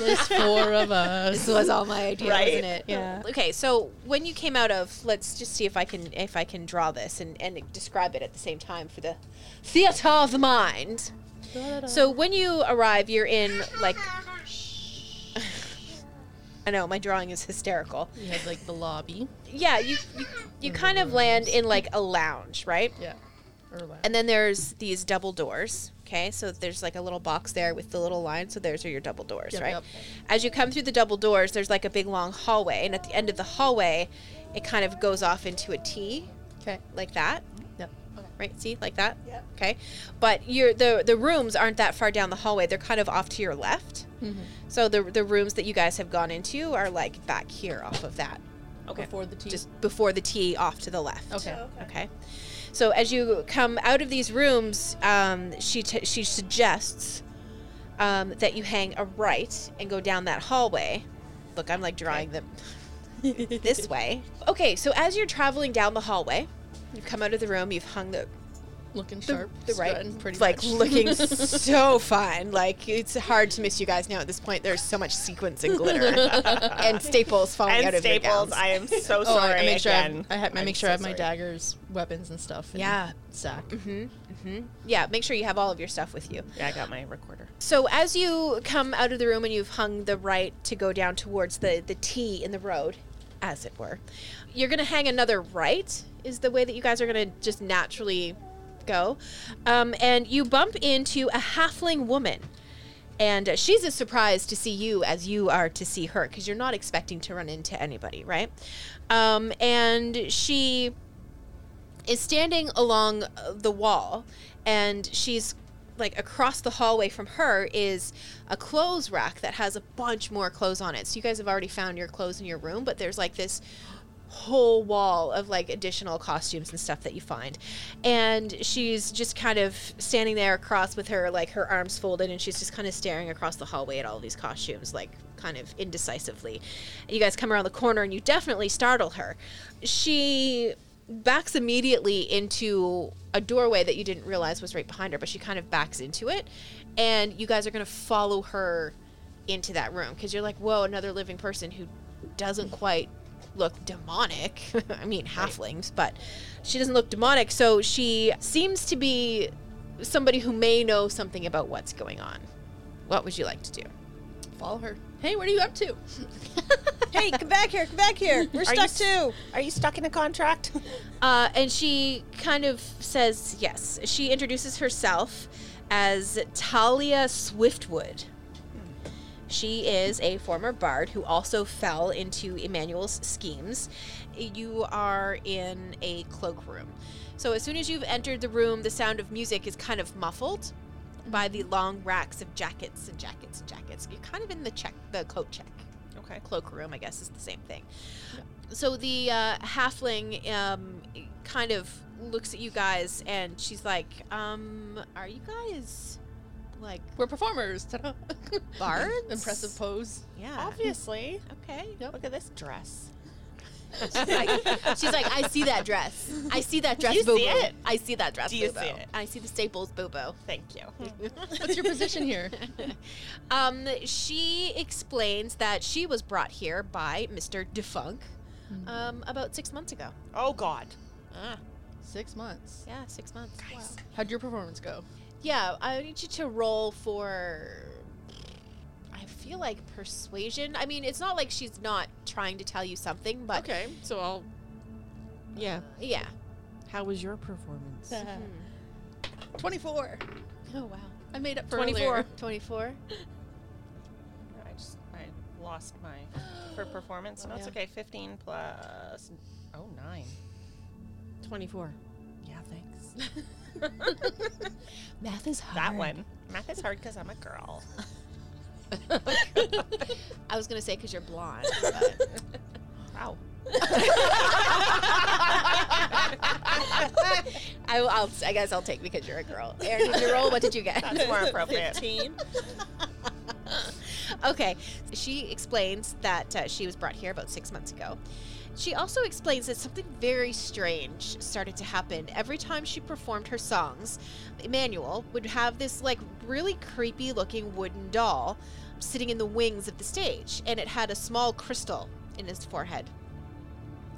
Speaker 1: There's four of us.
Speaker 2: this was all my idea,
Speaker 5: Right?
Speaker 2: wasn't it?
Speaker 6: Yeah.
Speaker 2: Okay, so when you came out of, let's just see if I can if I can draw this and and describe it at the same time for the theater of the mind. So when you arrive, you're in like. I know my drawing is hysterical.
Speaker 1: You had like the lobby.
Speaker 2: Yeah, you you, you kind of land in like a lounge, right?
Speaker 1: Yeah. Or lounge.
Speaker 2: And then there's these double doors. Okay, so there's like a little box there with the little line. So those are your double doors,
Speaker 1: Yep,
Speaker 2: right?
Speaker 1: yep.
Speaker 2: As you come through the double doors, there's like a big long hallway, and at the end of the hallway, it kind of goes off into a T,
Speaker 1: Okay.
Speaker 2: like that.
Speaker 1: Yep.
Speaker 2: Right? See, like that. Okay, but your the the rooms aren't that far down the hallway. They're kind of off to your left.
Speaker 1: Mm-hmm.
Speaker 2: So the the rooms that you guys have gone into are like back here, off of that,
Speaker 5: Okay.
Speaker 1: Before the tea.
Speaker 2: just before the T, off to the left.
Speaker 1: okay.
Speaker 2: Okay. So as you come out of these rooms, um, she t- she suggests um, that you hang a right and go down that hallway. Look, I'm like drawing them this way. Okay. So as you're traveling down the hallway, you come out of the room. You've hung the
Speaker 1: Looking sharp.
Speaker 2: the right,
Speaker 1: strutting Pretty
Speaker 2: like
Speaker 1: much.
Speaker 2: looking so fine. Like it's hard to miss you guys now at this point. There's so much sequins and glitter and staples falling out
Speaker 5: and
Speaker 2: of your
Speaker 5: staples.
Speaker 2: gowns.
Speaker 5: I am so
Speaker 1: Oh,
Speaker 5: sorry.
Speaker 1: I, I make sure I have,
Speaker 5: again.
Speaker 1: I, have, I
Speaker 5: I'm
Speaker 1: make sure I
Speaker 5: so
Speaker 1: have my
Speaker 5: sorry.
Speaker 1: daggers, weapons, and stuff. in
Speaker 2: Yeah.
Speaker 1: Sack.
Speaker 2: yeah, make sure you have all of your stuff with you.
Speaker 5: Yeah, I got my recorder.
Speaker 2: So as you come out of the room and you've hung the right to go down towards the the T in the road, as it were, you're gonna hang another right. Is the way that you guys are gonna just naturally go, um, and you bump into a halfling woman, and uh, she's as surprised to see you as you are to see her because you're not expecting to run into anybody, right? Um, and she is standing along uh, the wall and she's like across the hallway from her is a clothes rack that has a bunch more clothes on it. So you guys have already found your clothes in your room, but there's like this whole wall of like additional costumes and stuff that you find. And she's just kind of standing there across with her like her arms folded and she's just kind of staring across the hallway at all these costumes like kind of indecisively. You guys come around the corner and you definitely startle her. She backs immediately into a doorway that you didn't realize was right behind her, but she kind of backs into it and you guys are going to follow her into that room because you're like, "Whoa, another living person who doesn't quite look demonic. I mean, halflings, but she doesn't look demonic, so she seems to be somebody who may know something about what's going on. What would you like to do?
Speaker 1: Follow her. Hey, what are you up to?
Speaker 3: hey, come back here, come back here. We're
Speaker 5: you
Speaker 3: stuck too.
Speaker 5: Are you stuck in a contract?
Speaker 2: Uh, and she kind of says yes. She introduces herself as Talia Swiftwood. She is a former bard who also fell into Emmanuel's schemes. You are in a cloakroom. So, as soon as you've entered the room, the sound of music is kind of muffled by the long racks of jackets and jackets and jackets. You're kind of in the check, the coat check
Speaker 5: okay.
Speaker 2: cloakroom, I guess, is the same thing. So the uh, halfling um, kind of looks at you guys, and she's like, um, "Are you guys like
Speaker 1: We're performers. Ta-da.
Speaker 2: bards?
Speaker 1: Impressive pose.
Speaker 2: Yeah.
Speaker 5: Obviously. Okay.
Speaker 1: Yep.
Speaker 5: Look at this dress.
Speaker 2: She's like, she's like, I see that dress. I see that dress,
Speaker 5: you
Speaker 2: boo
Speaker 5: see it?
Speaker 2: I see that dress,
Speaker 5: Do you
Speaker 2: boo-boo.
Speaker 5: see it?
Speaker 2: I see the staples, boo boo.
Speaker 5: Thank you.
Speaker 3: Hmm.
Speaker 1: What's your position here?
Speaker 2: Um, she explains that she was brought here by Mr. Defunk
Speaker 5: Hmm.
Speaker 2: um, about six months ago.
Speaker 5: Oh God.
Speaker 1: Six months.
Speaker 2: Yeah, six months. Wow.
Speaker 1: How'd your performance go?
Speaker 2: Yeah, I need you to roll for. I feel like persuasion. I mean, it's not like she's not trying to tell you something, but
Speaker 7: Okay, so I'll.
Speaker 4: Yeah.
Speaker 2: yeah.
Speaker 4: How was your performance?
Speaker 1: 24.
Speaker 2: Oh wow.
Speaker 1: Uh-huh. I made up for
Speaker 2: 24.
Speaker 1: earlier.
Speaker 2: 24.
Speaker 5: I just I lost my for performance. No, it's
Speaker 2: Yeah.
Speaker 5: okay. Fifteen plus oh nine.
Speaker 4: 24.
Speaker 5: Yeah, thanks.
Speaker 2: Math is hard.
Speaker 5: That one. Math is hard because I'm a girl.
Speaker 2: I was gonna say because you're blonde.
Speaker 5: Wow.
Speaker 2: I, will- I'll, I guess I'll take because you're a girl. Erin, did you roll? What did you get?
Speaker 5: That's more appropriate.
Speaker 7: Fifteen.
Speaker 2: okay. She explains that uh, she was brought here about six months ago. She also explains that something very strange started to happen. Every time she performed her songs, Emmanuel would have this, like, really creepy looking wooden doll sitting in the wings of the stage, and it had a small crystal in his forehead.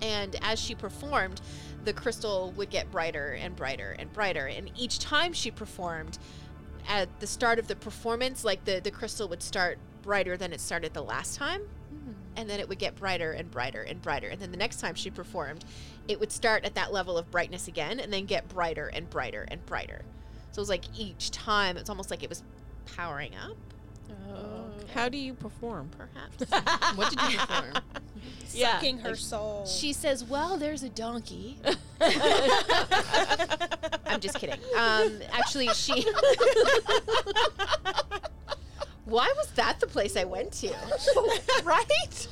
Speaker 2: And as she performed, the crystal would get brighter and brighter and brighter. And each time she performed, at the start of the performance, like the, the crystal would start brighter than it started the last time. And then it would get brighter and brighter and brighter. And then the next time she performed, it would start at that level of brightness again and then get brighter and brighter and brighter. So it was like each time, it's almost like it was powering up,
Speaker 4: How do you perform?
Speaker 2: perhaps.
Speaker 1: Oh. What did you perform?
Speaker 3: Sucking her soul.
Speaker 2: She says, "Well, there's a donkey." I'm just kidding. Um, actually, she. Why was that the place I went to? right?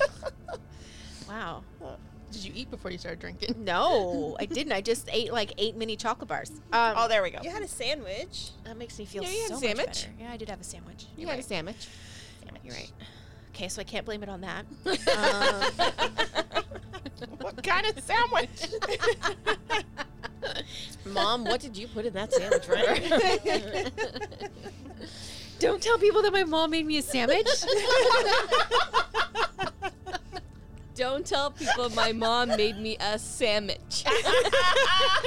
Speaker 2: wow.
Speaker 1: Did you eat before you started drinking?
Speaker 2: No, I didn't. I just ate like eight mini chocolate bars. Um,
Speaker 5: Oh, there we go.
Speaker 3: you had a sandwich.
Speaker 2: that makes me feel
Speaker 4: Yeah, you had
Speaker 2: so
Speaker 4: a
Speaker 2: much
Speaker 4: sandwich.
Speaker 2: better. Yeah, I did have a sandwich.
Speaker 4: You had a sandwich.
Speaker 2: You're right. Okay, so I can't blame it on that.
Speaker 5: What kind of sandwich?
Speaker 2: Um.
Speaker 4: Mom, what did you put in that sandwich, right?
Speaker 2: Don't tell people that my mom made me a sandwich.
Speaker 6: Don't tell people my mom made me a sandwich.
Speaker 5: oh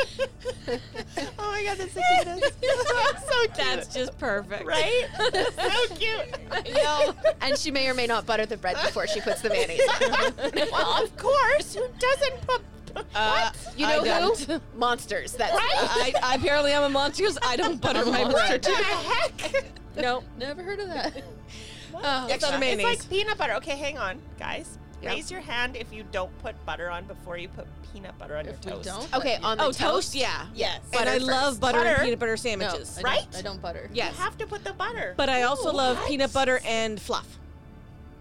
Speaker 5: my God, that's the cutest. so cute.
Speaker 6: That's just perfect.
Speaker 5: right? so cute.
Speaker 2: No. And she may or may not butter the bread before she puts the mayonnaise. on.
Speaker 5: well, of course. Who doesn't put?
Speaker 4: Uh,
Speaker 2: You
Speaker 4: I
Speaker 2: know
Speaker 4: don't.
Speaker 2: who? Monsters. That's
Speaker 4: I, I apparently I'm a monster 'cause I don't butter my bread.
Speaker 5: the heck?
Speaker 4: No,
Speaker 1: Never heard of that.
Speaker 4: it's not a
Speaker 5: Oh. It's
Speaker 4: mayonnaise.
Speaker 5: like peanut butter. Okay, hang on, guys.
Speaker 4: Yeah.
Speaker 5: Raise your hand if you don't put butter on before you put peanut butter on
Speaker 1: if we
Speaker 5: your toast.
Speaker 1: don't.
Speaker 2: Uh, okay. On the
Speaker 4: oh,
Speaker 2: toast.
Speaker 4: toast? Yeah.
Speaker 5: Yes.
Speaker 4: And I love butter, and
Speaker 5: Butter?
Speaker 4: peanut butter
Speaker 1: No, I
Speaker 4: uh, sandwiches.
Speaker 1: don't-
Speaker 5: Right?
Speaker 1: I don't butter.
Speaker 4: Yes.
Speaker 5: You have to put the butter.
Speaker 4: But I also love peanut butter and fluff.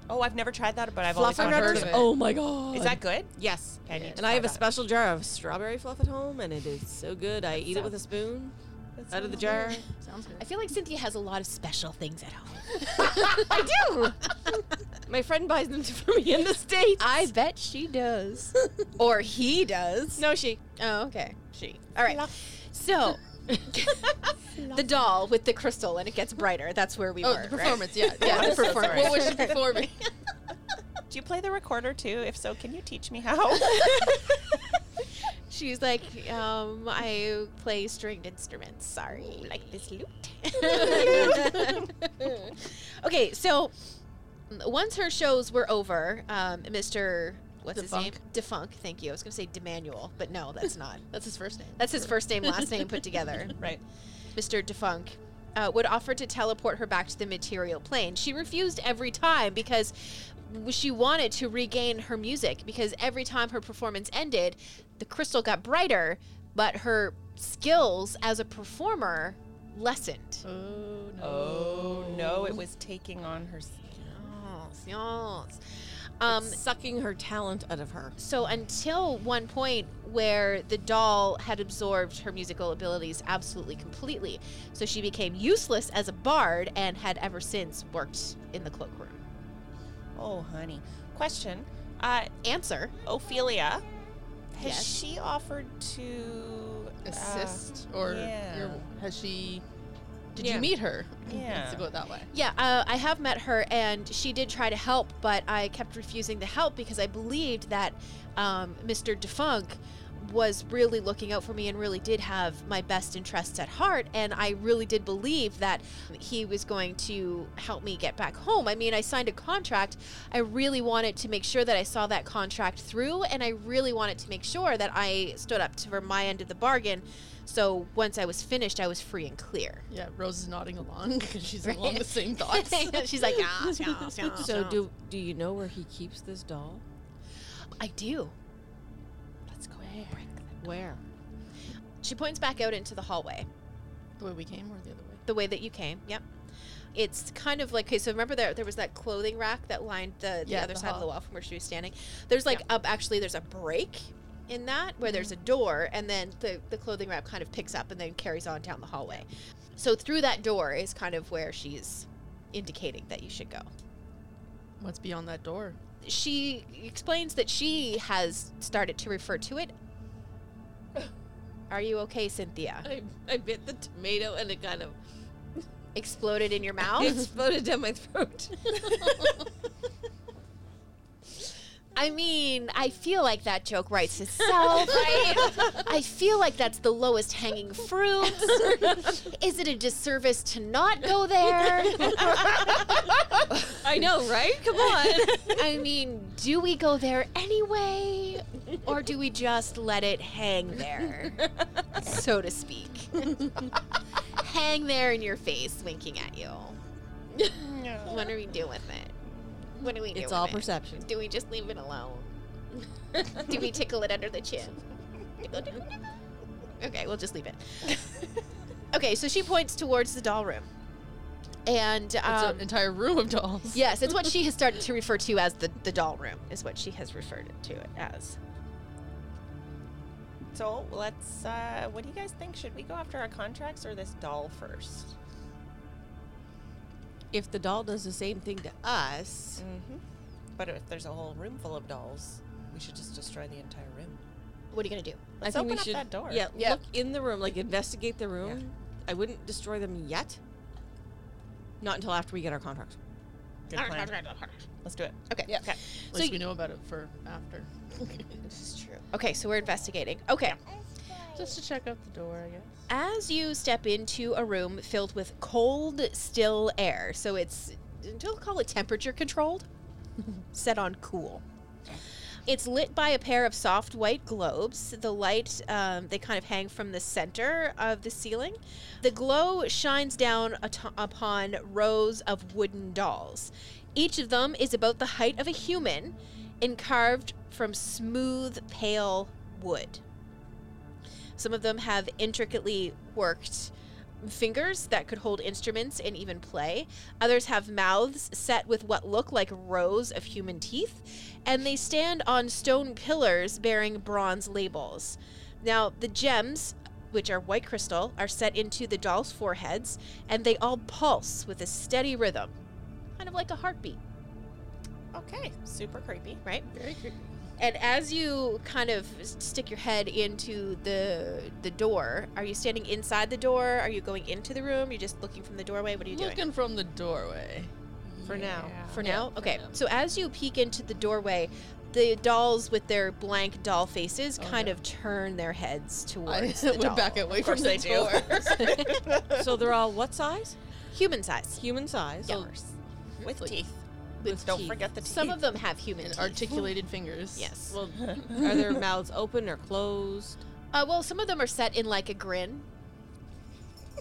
Speaker 5: oh, I've never tried that, but I've
Speaker 4: Fluff
Speaker 5: always
Speaker 4: and
Speaker 5: gone
Speaker 1: heard
Speaker 4: wrappers.
Speaker 1: of
Speaker 5: for
Speaker 1: it.
Speaker 4: Oh my god.
Speaker 5: Is that good?
Speaker 4: Yes.
Speaker 5: Okay, I need to
Speaker 4: And I have a
Speaker 5: try that.
Speaker 4: special jar of strawberry fluff at home, and it is so good. I eat it with a spoon out of the jar.
Speaker 1: Sounds good.
Speaker 2: I feel like Cynthia has a lot of special things at home.
Speaker 4: I do. My friend buys them for me in the States.
Speaker 2: I bet she does, or he does.
Speaker 4: no, she.
Speaker 2: Oh, okay.
Speaker 5: She.
Speaker 2: All right. So. the doll with the crystal and it gets brighter. That's where we
Speaker 1: Oh,
Speaker 2: were.
Speaker 1: the
Speaker 2: right?
Speaker 1: performance, yeah, yeah, the performance. What was she performing?
Speaker 5: Do you play the recorder too? If so, can you teach me how?
Speaker 2: She's like, um, I play stringed instruments. Sorry, like this lute. okay, so mm, once her shows were over, um, Mr. What's his name? Defunk. Thank you. I was going to say Demanuel, but no, that's not.
Speaker 1: That's his first name.
Speaker 2: That's his first name, last name put together.
Speaker 5: right.
Speaker 2: Mr. Defunk, uh, would offer to teleport her back to the material plane. She refused every time because w- she wanted to regain her music because every time her performance ended, the crystal got brighter, but her skills as a performer lessened.
Speaker 1: Oh no.
Speaker 5: Oh no, it was taking on her. s-
Speaker 2: Yes, yes. Um,
Speaker 4: sucking her talent out of her.
Speaker 2: so until one point where the doll had absorbed her musical abilities absolutely completely, so she became useless as a bard and had ever since worked in the cloakroom.
Speaker 5: Oh, honey. Question. Uh,
Speaker 2: Answer.
Speaker 5: Ophelia, has
Speaker 2: Yes.
Speaker 5: she offered to uh,
Speaker 1: Assist or
Speaker 5: yeah.
Speaker 1: your- has she? Did
Speaker 4: Yeah.
Speaker 1: you meet her?
Speaker 5: Yeah.
Speaker 1: Let's go it that way.
Speaker 2: Yeah, uh, I have met her, and she did try to help, but I kept refusing to help because I believed that um, Mr. Defunk was really looking out for me and really did have my best interests at heart. And I really did believe that he was going to help me get back home. I mean, I signed a contract. I really wanted to make sure that I saw that contract through, and I really wanted to make sure that I stood up to for my end of the bargain. So once I was finished, I was free and clear.
Speaker 1: Yeah, Rose is nodding along because she's along
Speaker 2: Right.
Speaker 1: the same thoughts.
Speaker 2: She's like, ah,
Speaker 6: Oh,
Speaker 2: yeah, yeah.
Speaker 4: So do do you know where he keeps this doll?
Speaker 2: I do.
Speaker 4: Where?
Speaker 2: She points back out into the hallway,
Speaker 1: the way we came or the other way?
Speaker 2: the way that you came. Yep. It's kind of like okay, so remember there there was that clothing rack that lined the, the
Speaker 1: Yeah,
Speaker 2: other
Speaker 1: the
Speaker 2: side of the
Speaker 1: hall.
Speaker 2: wall from where she was standing. There's like up actually there's a break in that where there's a
Speaker 1: Mm-hmm.
Speaker 2: door and then the, the clothing rack kind of picks up and then carries on down the hallway. So through that door is kind of where she's indicating that you should go.
Speaker 1: What's beyond that door?
Speaker 2: She explains that she has started to refer to it. Are you okay, Cynthia?
Speaker 6: I, I bit the tomato and it kind of
Speaker 2: Exploded in your
Speaker 4: Oh.
Speaker 2: mouth?
Speaker 6: exploded down my throat.
Speaker 2: I mean, I feel like that joke writes itself, right? I feel like that's the lowest hanging fruit. Is it a disservice to not go there?
Speaker 6: I know, right? Come on.
Speaker 2: I mean, do we go there anyway? Or do we just let it hang there, so to speak? hang there in your face, winking at you. What do we do with it? What do we do
Speaker 4: It's
Speaker 2: with
Speaker 4: all
Speaker 2: it?
Speaker 4: perception.
Speaker 2: Do we just leave it alone? do we tickle it under the chin? Tickle, tickle, tickle. okay, we'll just leave it. okay, so she points towards the doll room. And
Speaker 1: It's
Speaker 2: um,
Speaker 1: an entire room of dolls.
Speaker 2: yes, it's what she has started to refer to as the, the doll room, is what she has referred to it as.
Speaker 5: So let's. Uh, what do you guys think? Should we go after our contracts or this doll first?
Speaker 4: If the doll does the same thing to us,
Speaker 5: Mm-hmm. But if there's a whole room full of dolls, we should just destroy the entire room.
Speaker 2: What are you going to do?
Speaker 5: Let's
Speaker 4: I think
Speaker 5: open
Speaker 4: we
Speaker 5: up
Speaker 4: should
Speaker 5: that door.
Speaker 4: Yeah,
Speaker 1: Yeah.
Speaker 4: look in the room, like investigate the room. I wouldn't destroy them yet. Not until after we get our contract.
Speaker 5: Good plan. Let's do it.
Speaker 2: Okay.
Speaker 1: Yeah.
Speaker 5: Okay.
Speaker 1: At
Speaker 2: So
Speaker 1: least we
Speaker 2: y-
Speaker 1: know about it for after.
Speaker 2: This is true. Okay, so we're investigating. Okay.
Speaker 1: Just to check out the door, I guess.
Speaker 2: As you step into a room filled with cold, still air, so it's, don't call it temperature controlled, set on cool. It's lit by a pair of soft white globes. The light, um, they kind of hang from the center of the ceiling. The glow shines down ato- upon rows of wooden dolls. Each of them is about the height of a human and carved from smooth, pale wood. Some of them have intricately worked fingers that could hold instruments and even play. Others have mouths set with what look like rows of human teeth, and they stand on stone pillars bearing bronze labels. Now, the gems, which are white crystal, are set into the doll's foreheads, and they all pulse with a steady rhythm, kind of like a heartbeat,
Speaker 5: Okay. Super creepy.
Speaker 2: right?
Speaker 1: Very creepy.
Speaker 2: And as you kind of s- stick your head into the the door, are you standing inside the door? Are you going into the room? You're just looking from the doorway. What are you doing?
Speaker 1: Looking from the doorway.
Speaker 4: For now.
Speaker 2: For now? Okay. So as you peek into the doorway, the dolls with their blank doll faces
Speaker 1: Oh,
Speaker 2: kind
Speaker 1: no.
Speaker 2: of turn their heads
Speaker 1: I
Speaker 2: towards the
Speaker 1: went
Speaker 2: doll.
Speaker 1: back away from
Speaker 5: course
Speaker 1: the
Speaker 5: they do.
Speaker 1: door.
Speaker 4: so they're all what size?
Speaker 2: Human size.
Speaker 4: Human size. So
Speaker 5: With
Speaker 1: Like,
Speaker 5: teeth.
Speaker 4: With
Speaker 5: Don't
Speaker 4: teeth.
Speaker 5: forget the teeth.
Speaker 2: Some of them have human
Speaker 1: And
Speaker 2: teeth.
Speaker 1: articulated fingers.
Speaker 2: yes.
Speaker 4: Well, are their mouths open or closed?
Speaker 2: Uh, well, some of them are set in like a grin.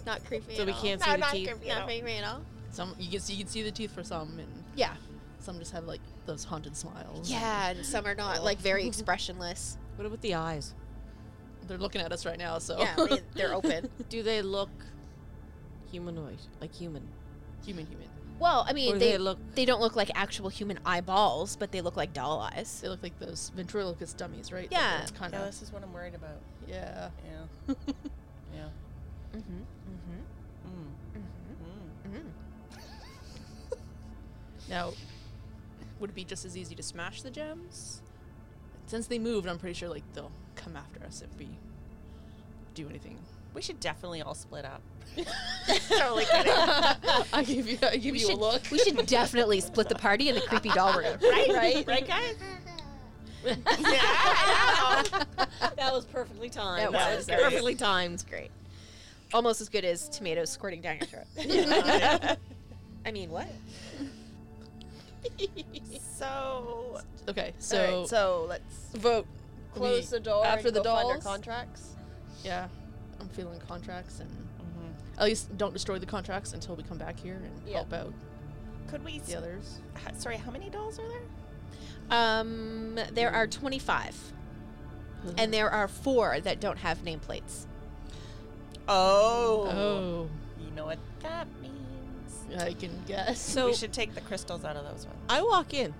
Speaker 2: Not creepy.
Speaker 4: So
Speaker 2: at
Speaker 4: we
Speaker 2: all.
Speaker 4: can't
Speaker 2: Not,
Speaker 4: see the teeth.
Speaker 2: not creepy at all.
Speaker 1: Some you can see you can see the teeth for some, and
Speaker 2: Yeah.
Speaker 1: some just have like those haunted smiles.
Speaker 2: Yeah, and some are not like very expressionless.
Speaker 4: What about the eyes?
Speaker 1: They're looking at us right now, so
Speaker 2: Yeah, I mean, they're open.
Speaker 4: Do they look humanoid, like human?
Speaker 1: human, human.
Speaker 2: Well, I mean,
Speaker 4: Or
Speaker 2: they,
Speaker 4: they look-
Speaker 2: they don't look like actual human eyeballs, but they look like doll eyes.
Speaker 1: They look like those ventriloquist dummies, right?
Speaker 2: Yeah.
Speaker 1: It's kind
Speaker 5: Yeah,
Speaker 1: of.
Speaker 5: this is what I'm worried about.
Speaker 1: Yeah.
Speaker 5: Yeah. yeah.
Speaker 2: Mm-hmm. Mm-hmm.
Speaker 5: Mm. Mm.
Speaker 1: Now, would it be just as easy to smash the gems? Since they moved, I'm pretty sure like they'll come after us if we do anything.
Speaker 5: We should definitely all split up.
Speaker 2: mm-hmm.
Speaker 5: totally kidding.
Speaker 1: I give you, I give
Speaker 2: We
Speaker 1: you
Speaker 2: should,
Speaker 1: a look.
Speaker 2: we should definitely split the party in the creepy doll room.
Speaker 5: Right, right, right, guys. yeah,
Speaker 7: That was perfectly timed.
Speaker 2: That
Speaker 5: That
Speaker 2: was
Speaker 5: was great.
Speaker 2: perfectly timed. Great. Almost as good as tomatoes squirting down your throat.
Speaker 5: I know.
Speaker 2: I mean, what?
Speaker 5: so
Speaker 1: Okay, so,
Speaker 3: So, so let's
Speaker 1: vote.
Speaker 3: close
Speaker 1: We-
Speaker 3: the door
Speaker 1: after
Speaker 3: and
Speaker 1: the
Speaker 3: go find our
Speaker 1: dolls?
Speaker 3: contracts.
Speaker 1: Yeah, I'm feeling contracts and at least don't destroy the contracts until we come back here and
Speaker 3: Yeah.
Speaker 1: help out
Speaker 5: could we?
Speaker 1: the others.
Speaker 5: h- Sorry, how many dolls are there?
Speaker 2: Um, there are 25. And there are four that don't have nameplates.
Speaker 5: Oh.
Speaker 1: Oh,
Speaker 5: You know what that means.
Speaker 1: I can guess.
Speaker 4: So
Speaker 5: we should take the crystals out of those ones.
Speaker 4: I walk in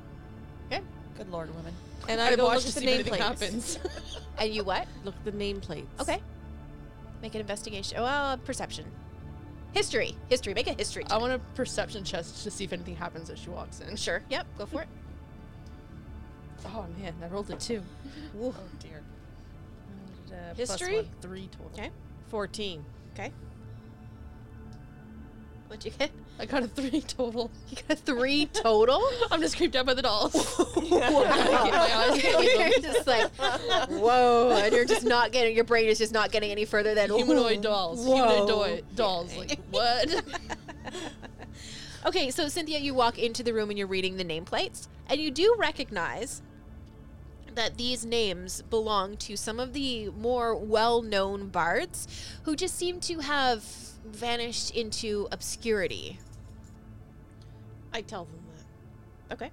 Speaker 5: Good lord, women.
Speaker 4: and I,
Speaker 1: I
Speaker 4: go look
Speaker 1: watched to
Speaker 4: at the
Speaker 1: see if anything
Speaker 4: nameplates.
Speaker 1: happens.
Speaker 2: And you what?
Speaker 4: Look at the nameplates.
Speaker 2: Okay. Make an investigation. Well, perception. History. History. Make a history.
Speaker 1: I want a perception chest to see if anything happens as she walks in.
Speaker 2: Sure. Yep. Go for it.
Speaker 1: Oh man, I rolled a two.
Speaker 5: Oh dear.
Speaker 1: Uh,
Speaker 2: History?
Speaker 1: Plus one, three total.
Speaker 2: Okay.
Speaker 4: Fourteen.
Speaker 2: What'd you get?
Speaker 1: I got a three total.
Speaker 2: You got a three total?
Speaker 1: I'm just creeped out by the dolls.
Speaker 2: Wow. you're just like, whoa. And you're just not getting, your brain is just not getting any further than
Speaker 1: Humanoid dolls. Humanoid doi- dolls. Like what?
Speaker 2: Okay, so Cynthia, you walk into the room and you're reading the nameplates, and you do recognize that these names belong to some of the more well known bards who just seem to have vanished into obscurity.
Speaker 7: I tell them that.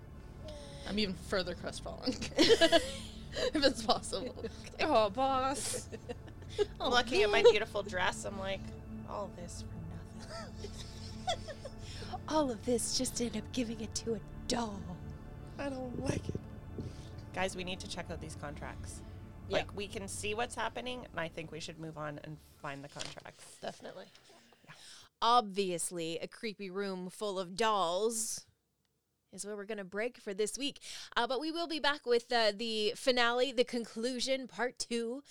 Speaker 1: I'm even further crestfallen. if it's possible. Oh, boss.
Speaker 5: I'm looking at my beautiful dress. I'm like, all this for nothing.
Speaker 2: All of this just end up giving it to a doll.
Speaker 5: I don't like it. Guys, we need to check out these contracts.
Speaker 7: Yeah.
Speaker 5: Like we can see what's happening, and I think we should move on and find the contracts.
Speaker 3: Definitely.
Speaker 2: Obviously, a creepy room full of dolls is where we're going to break for this week. Uh, but we will be back with uh, the finale, the conclusion, part two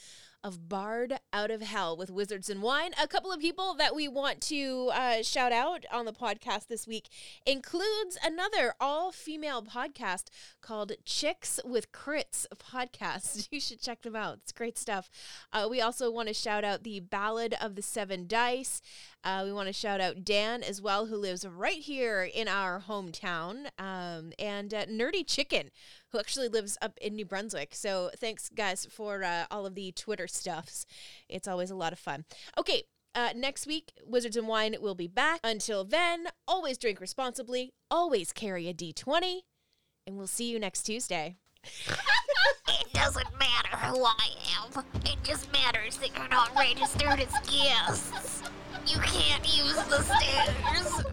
Speaker 2: of Bard Out of Hell with Wizards and Wine. A couple of people that we want to uh, shout out on the podcast this week includes another all female podcast called Chicks with Crits podcast. You should check them out. It's great stuff. Uh, we also want to shout out the Ballad of the Seven Dice. Uh, we want to shout out Dan as well, who lives right here in our hometown, um, and uh, Nerdy Chicken, who actually lives up in New Brunswick. So thanks, guys, for uh, all of the Twitter stuffs. It's always a lot of fun. Okay. Uh, next week, Wizards and Wine will be back. Until then, always drink responsibly, always carry a D20, and we'll see you next Tuesday.
Speaker 8: It doesn't matter who I am. It just matters that you're not registered as guests. You can't use the stairs.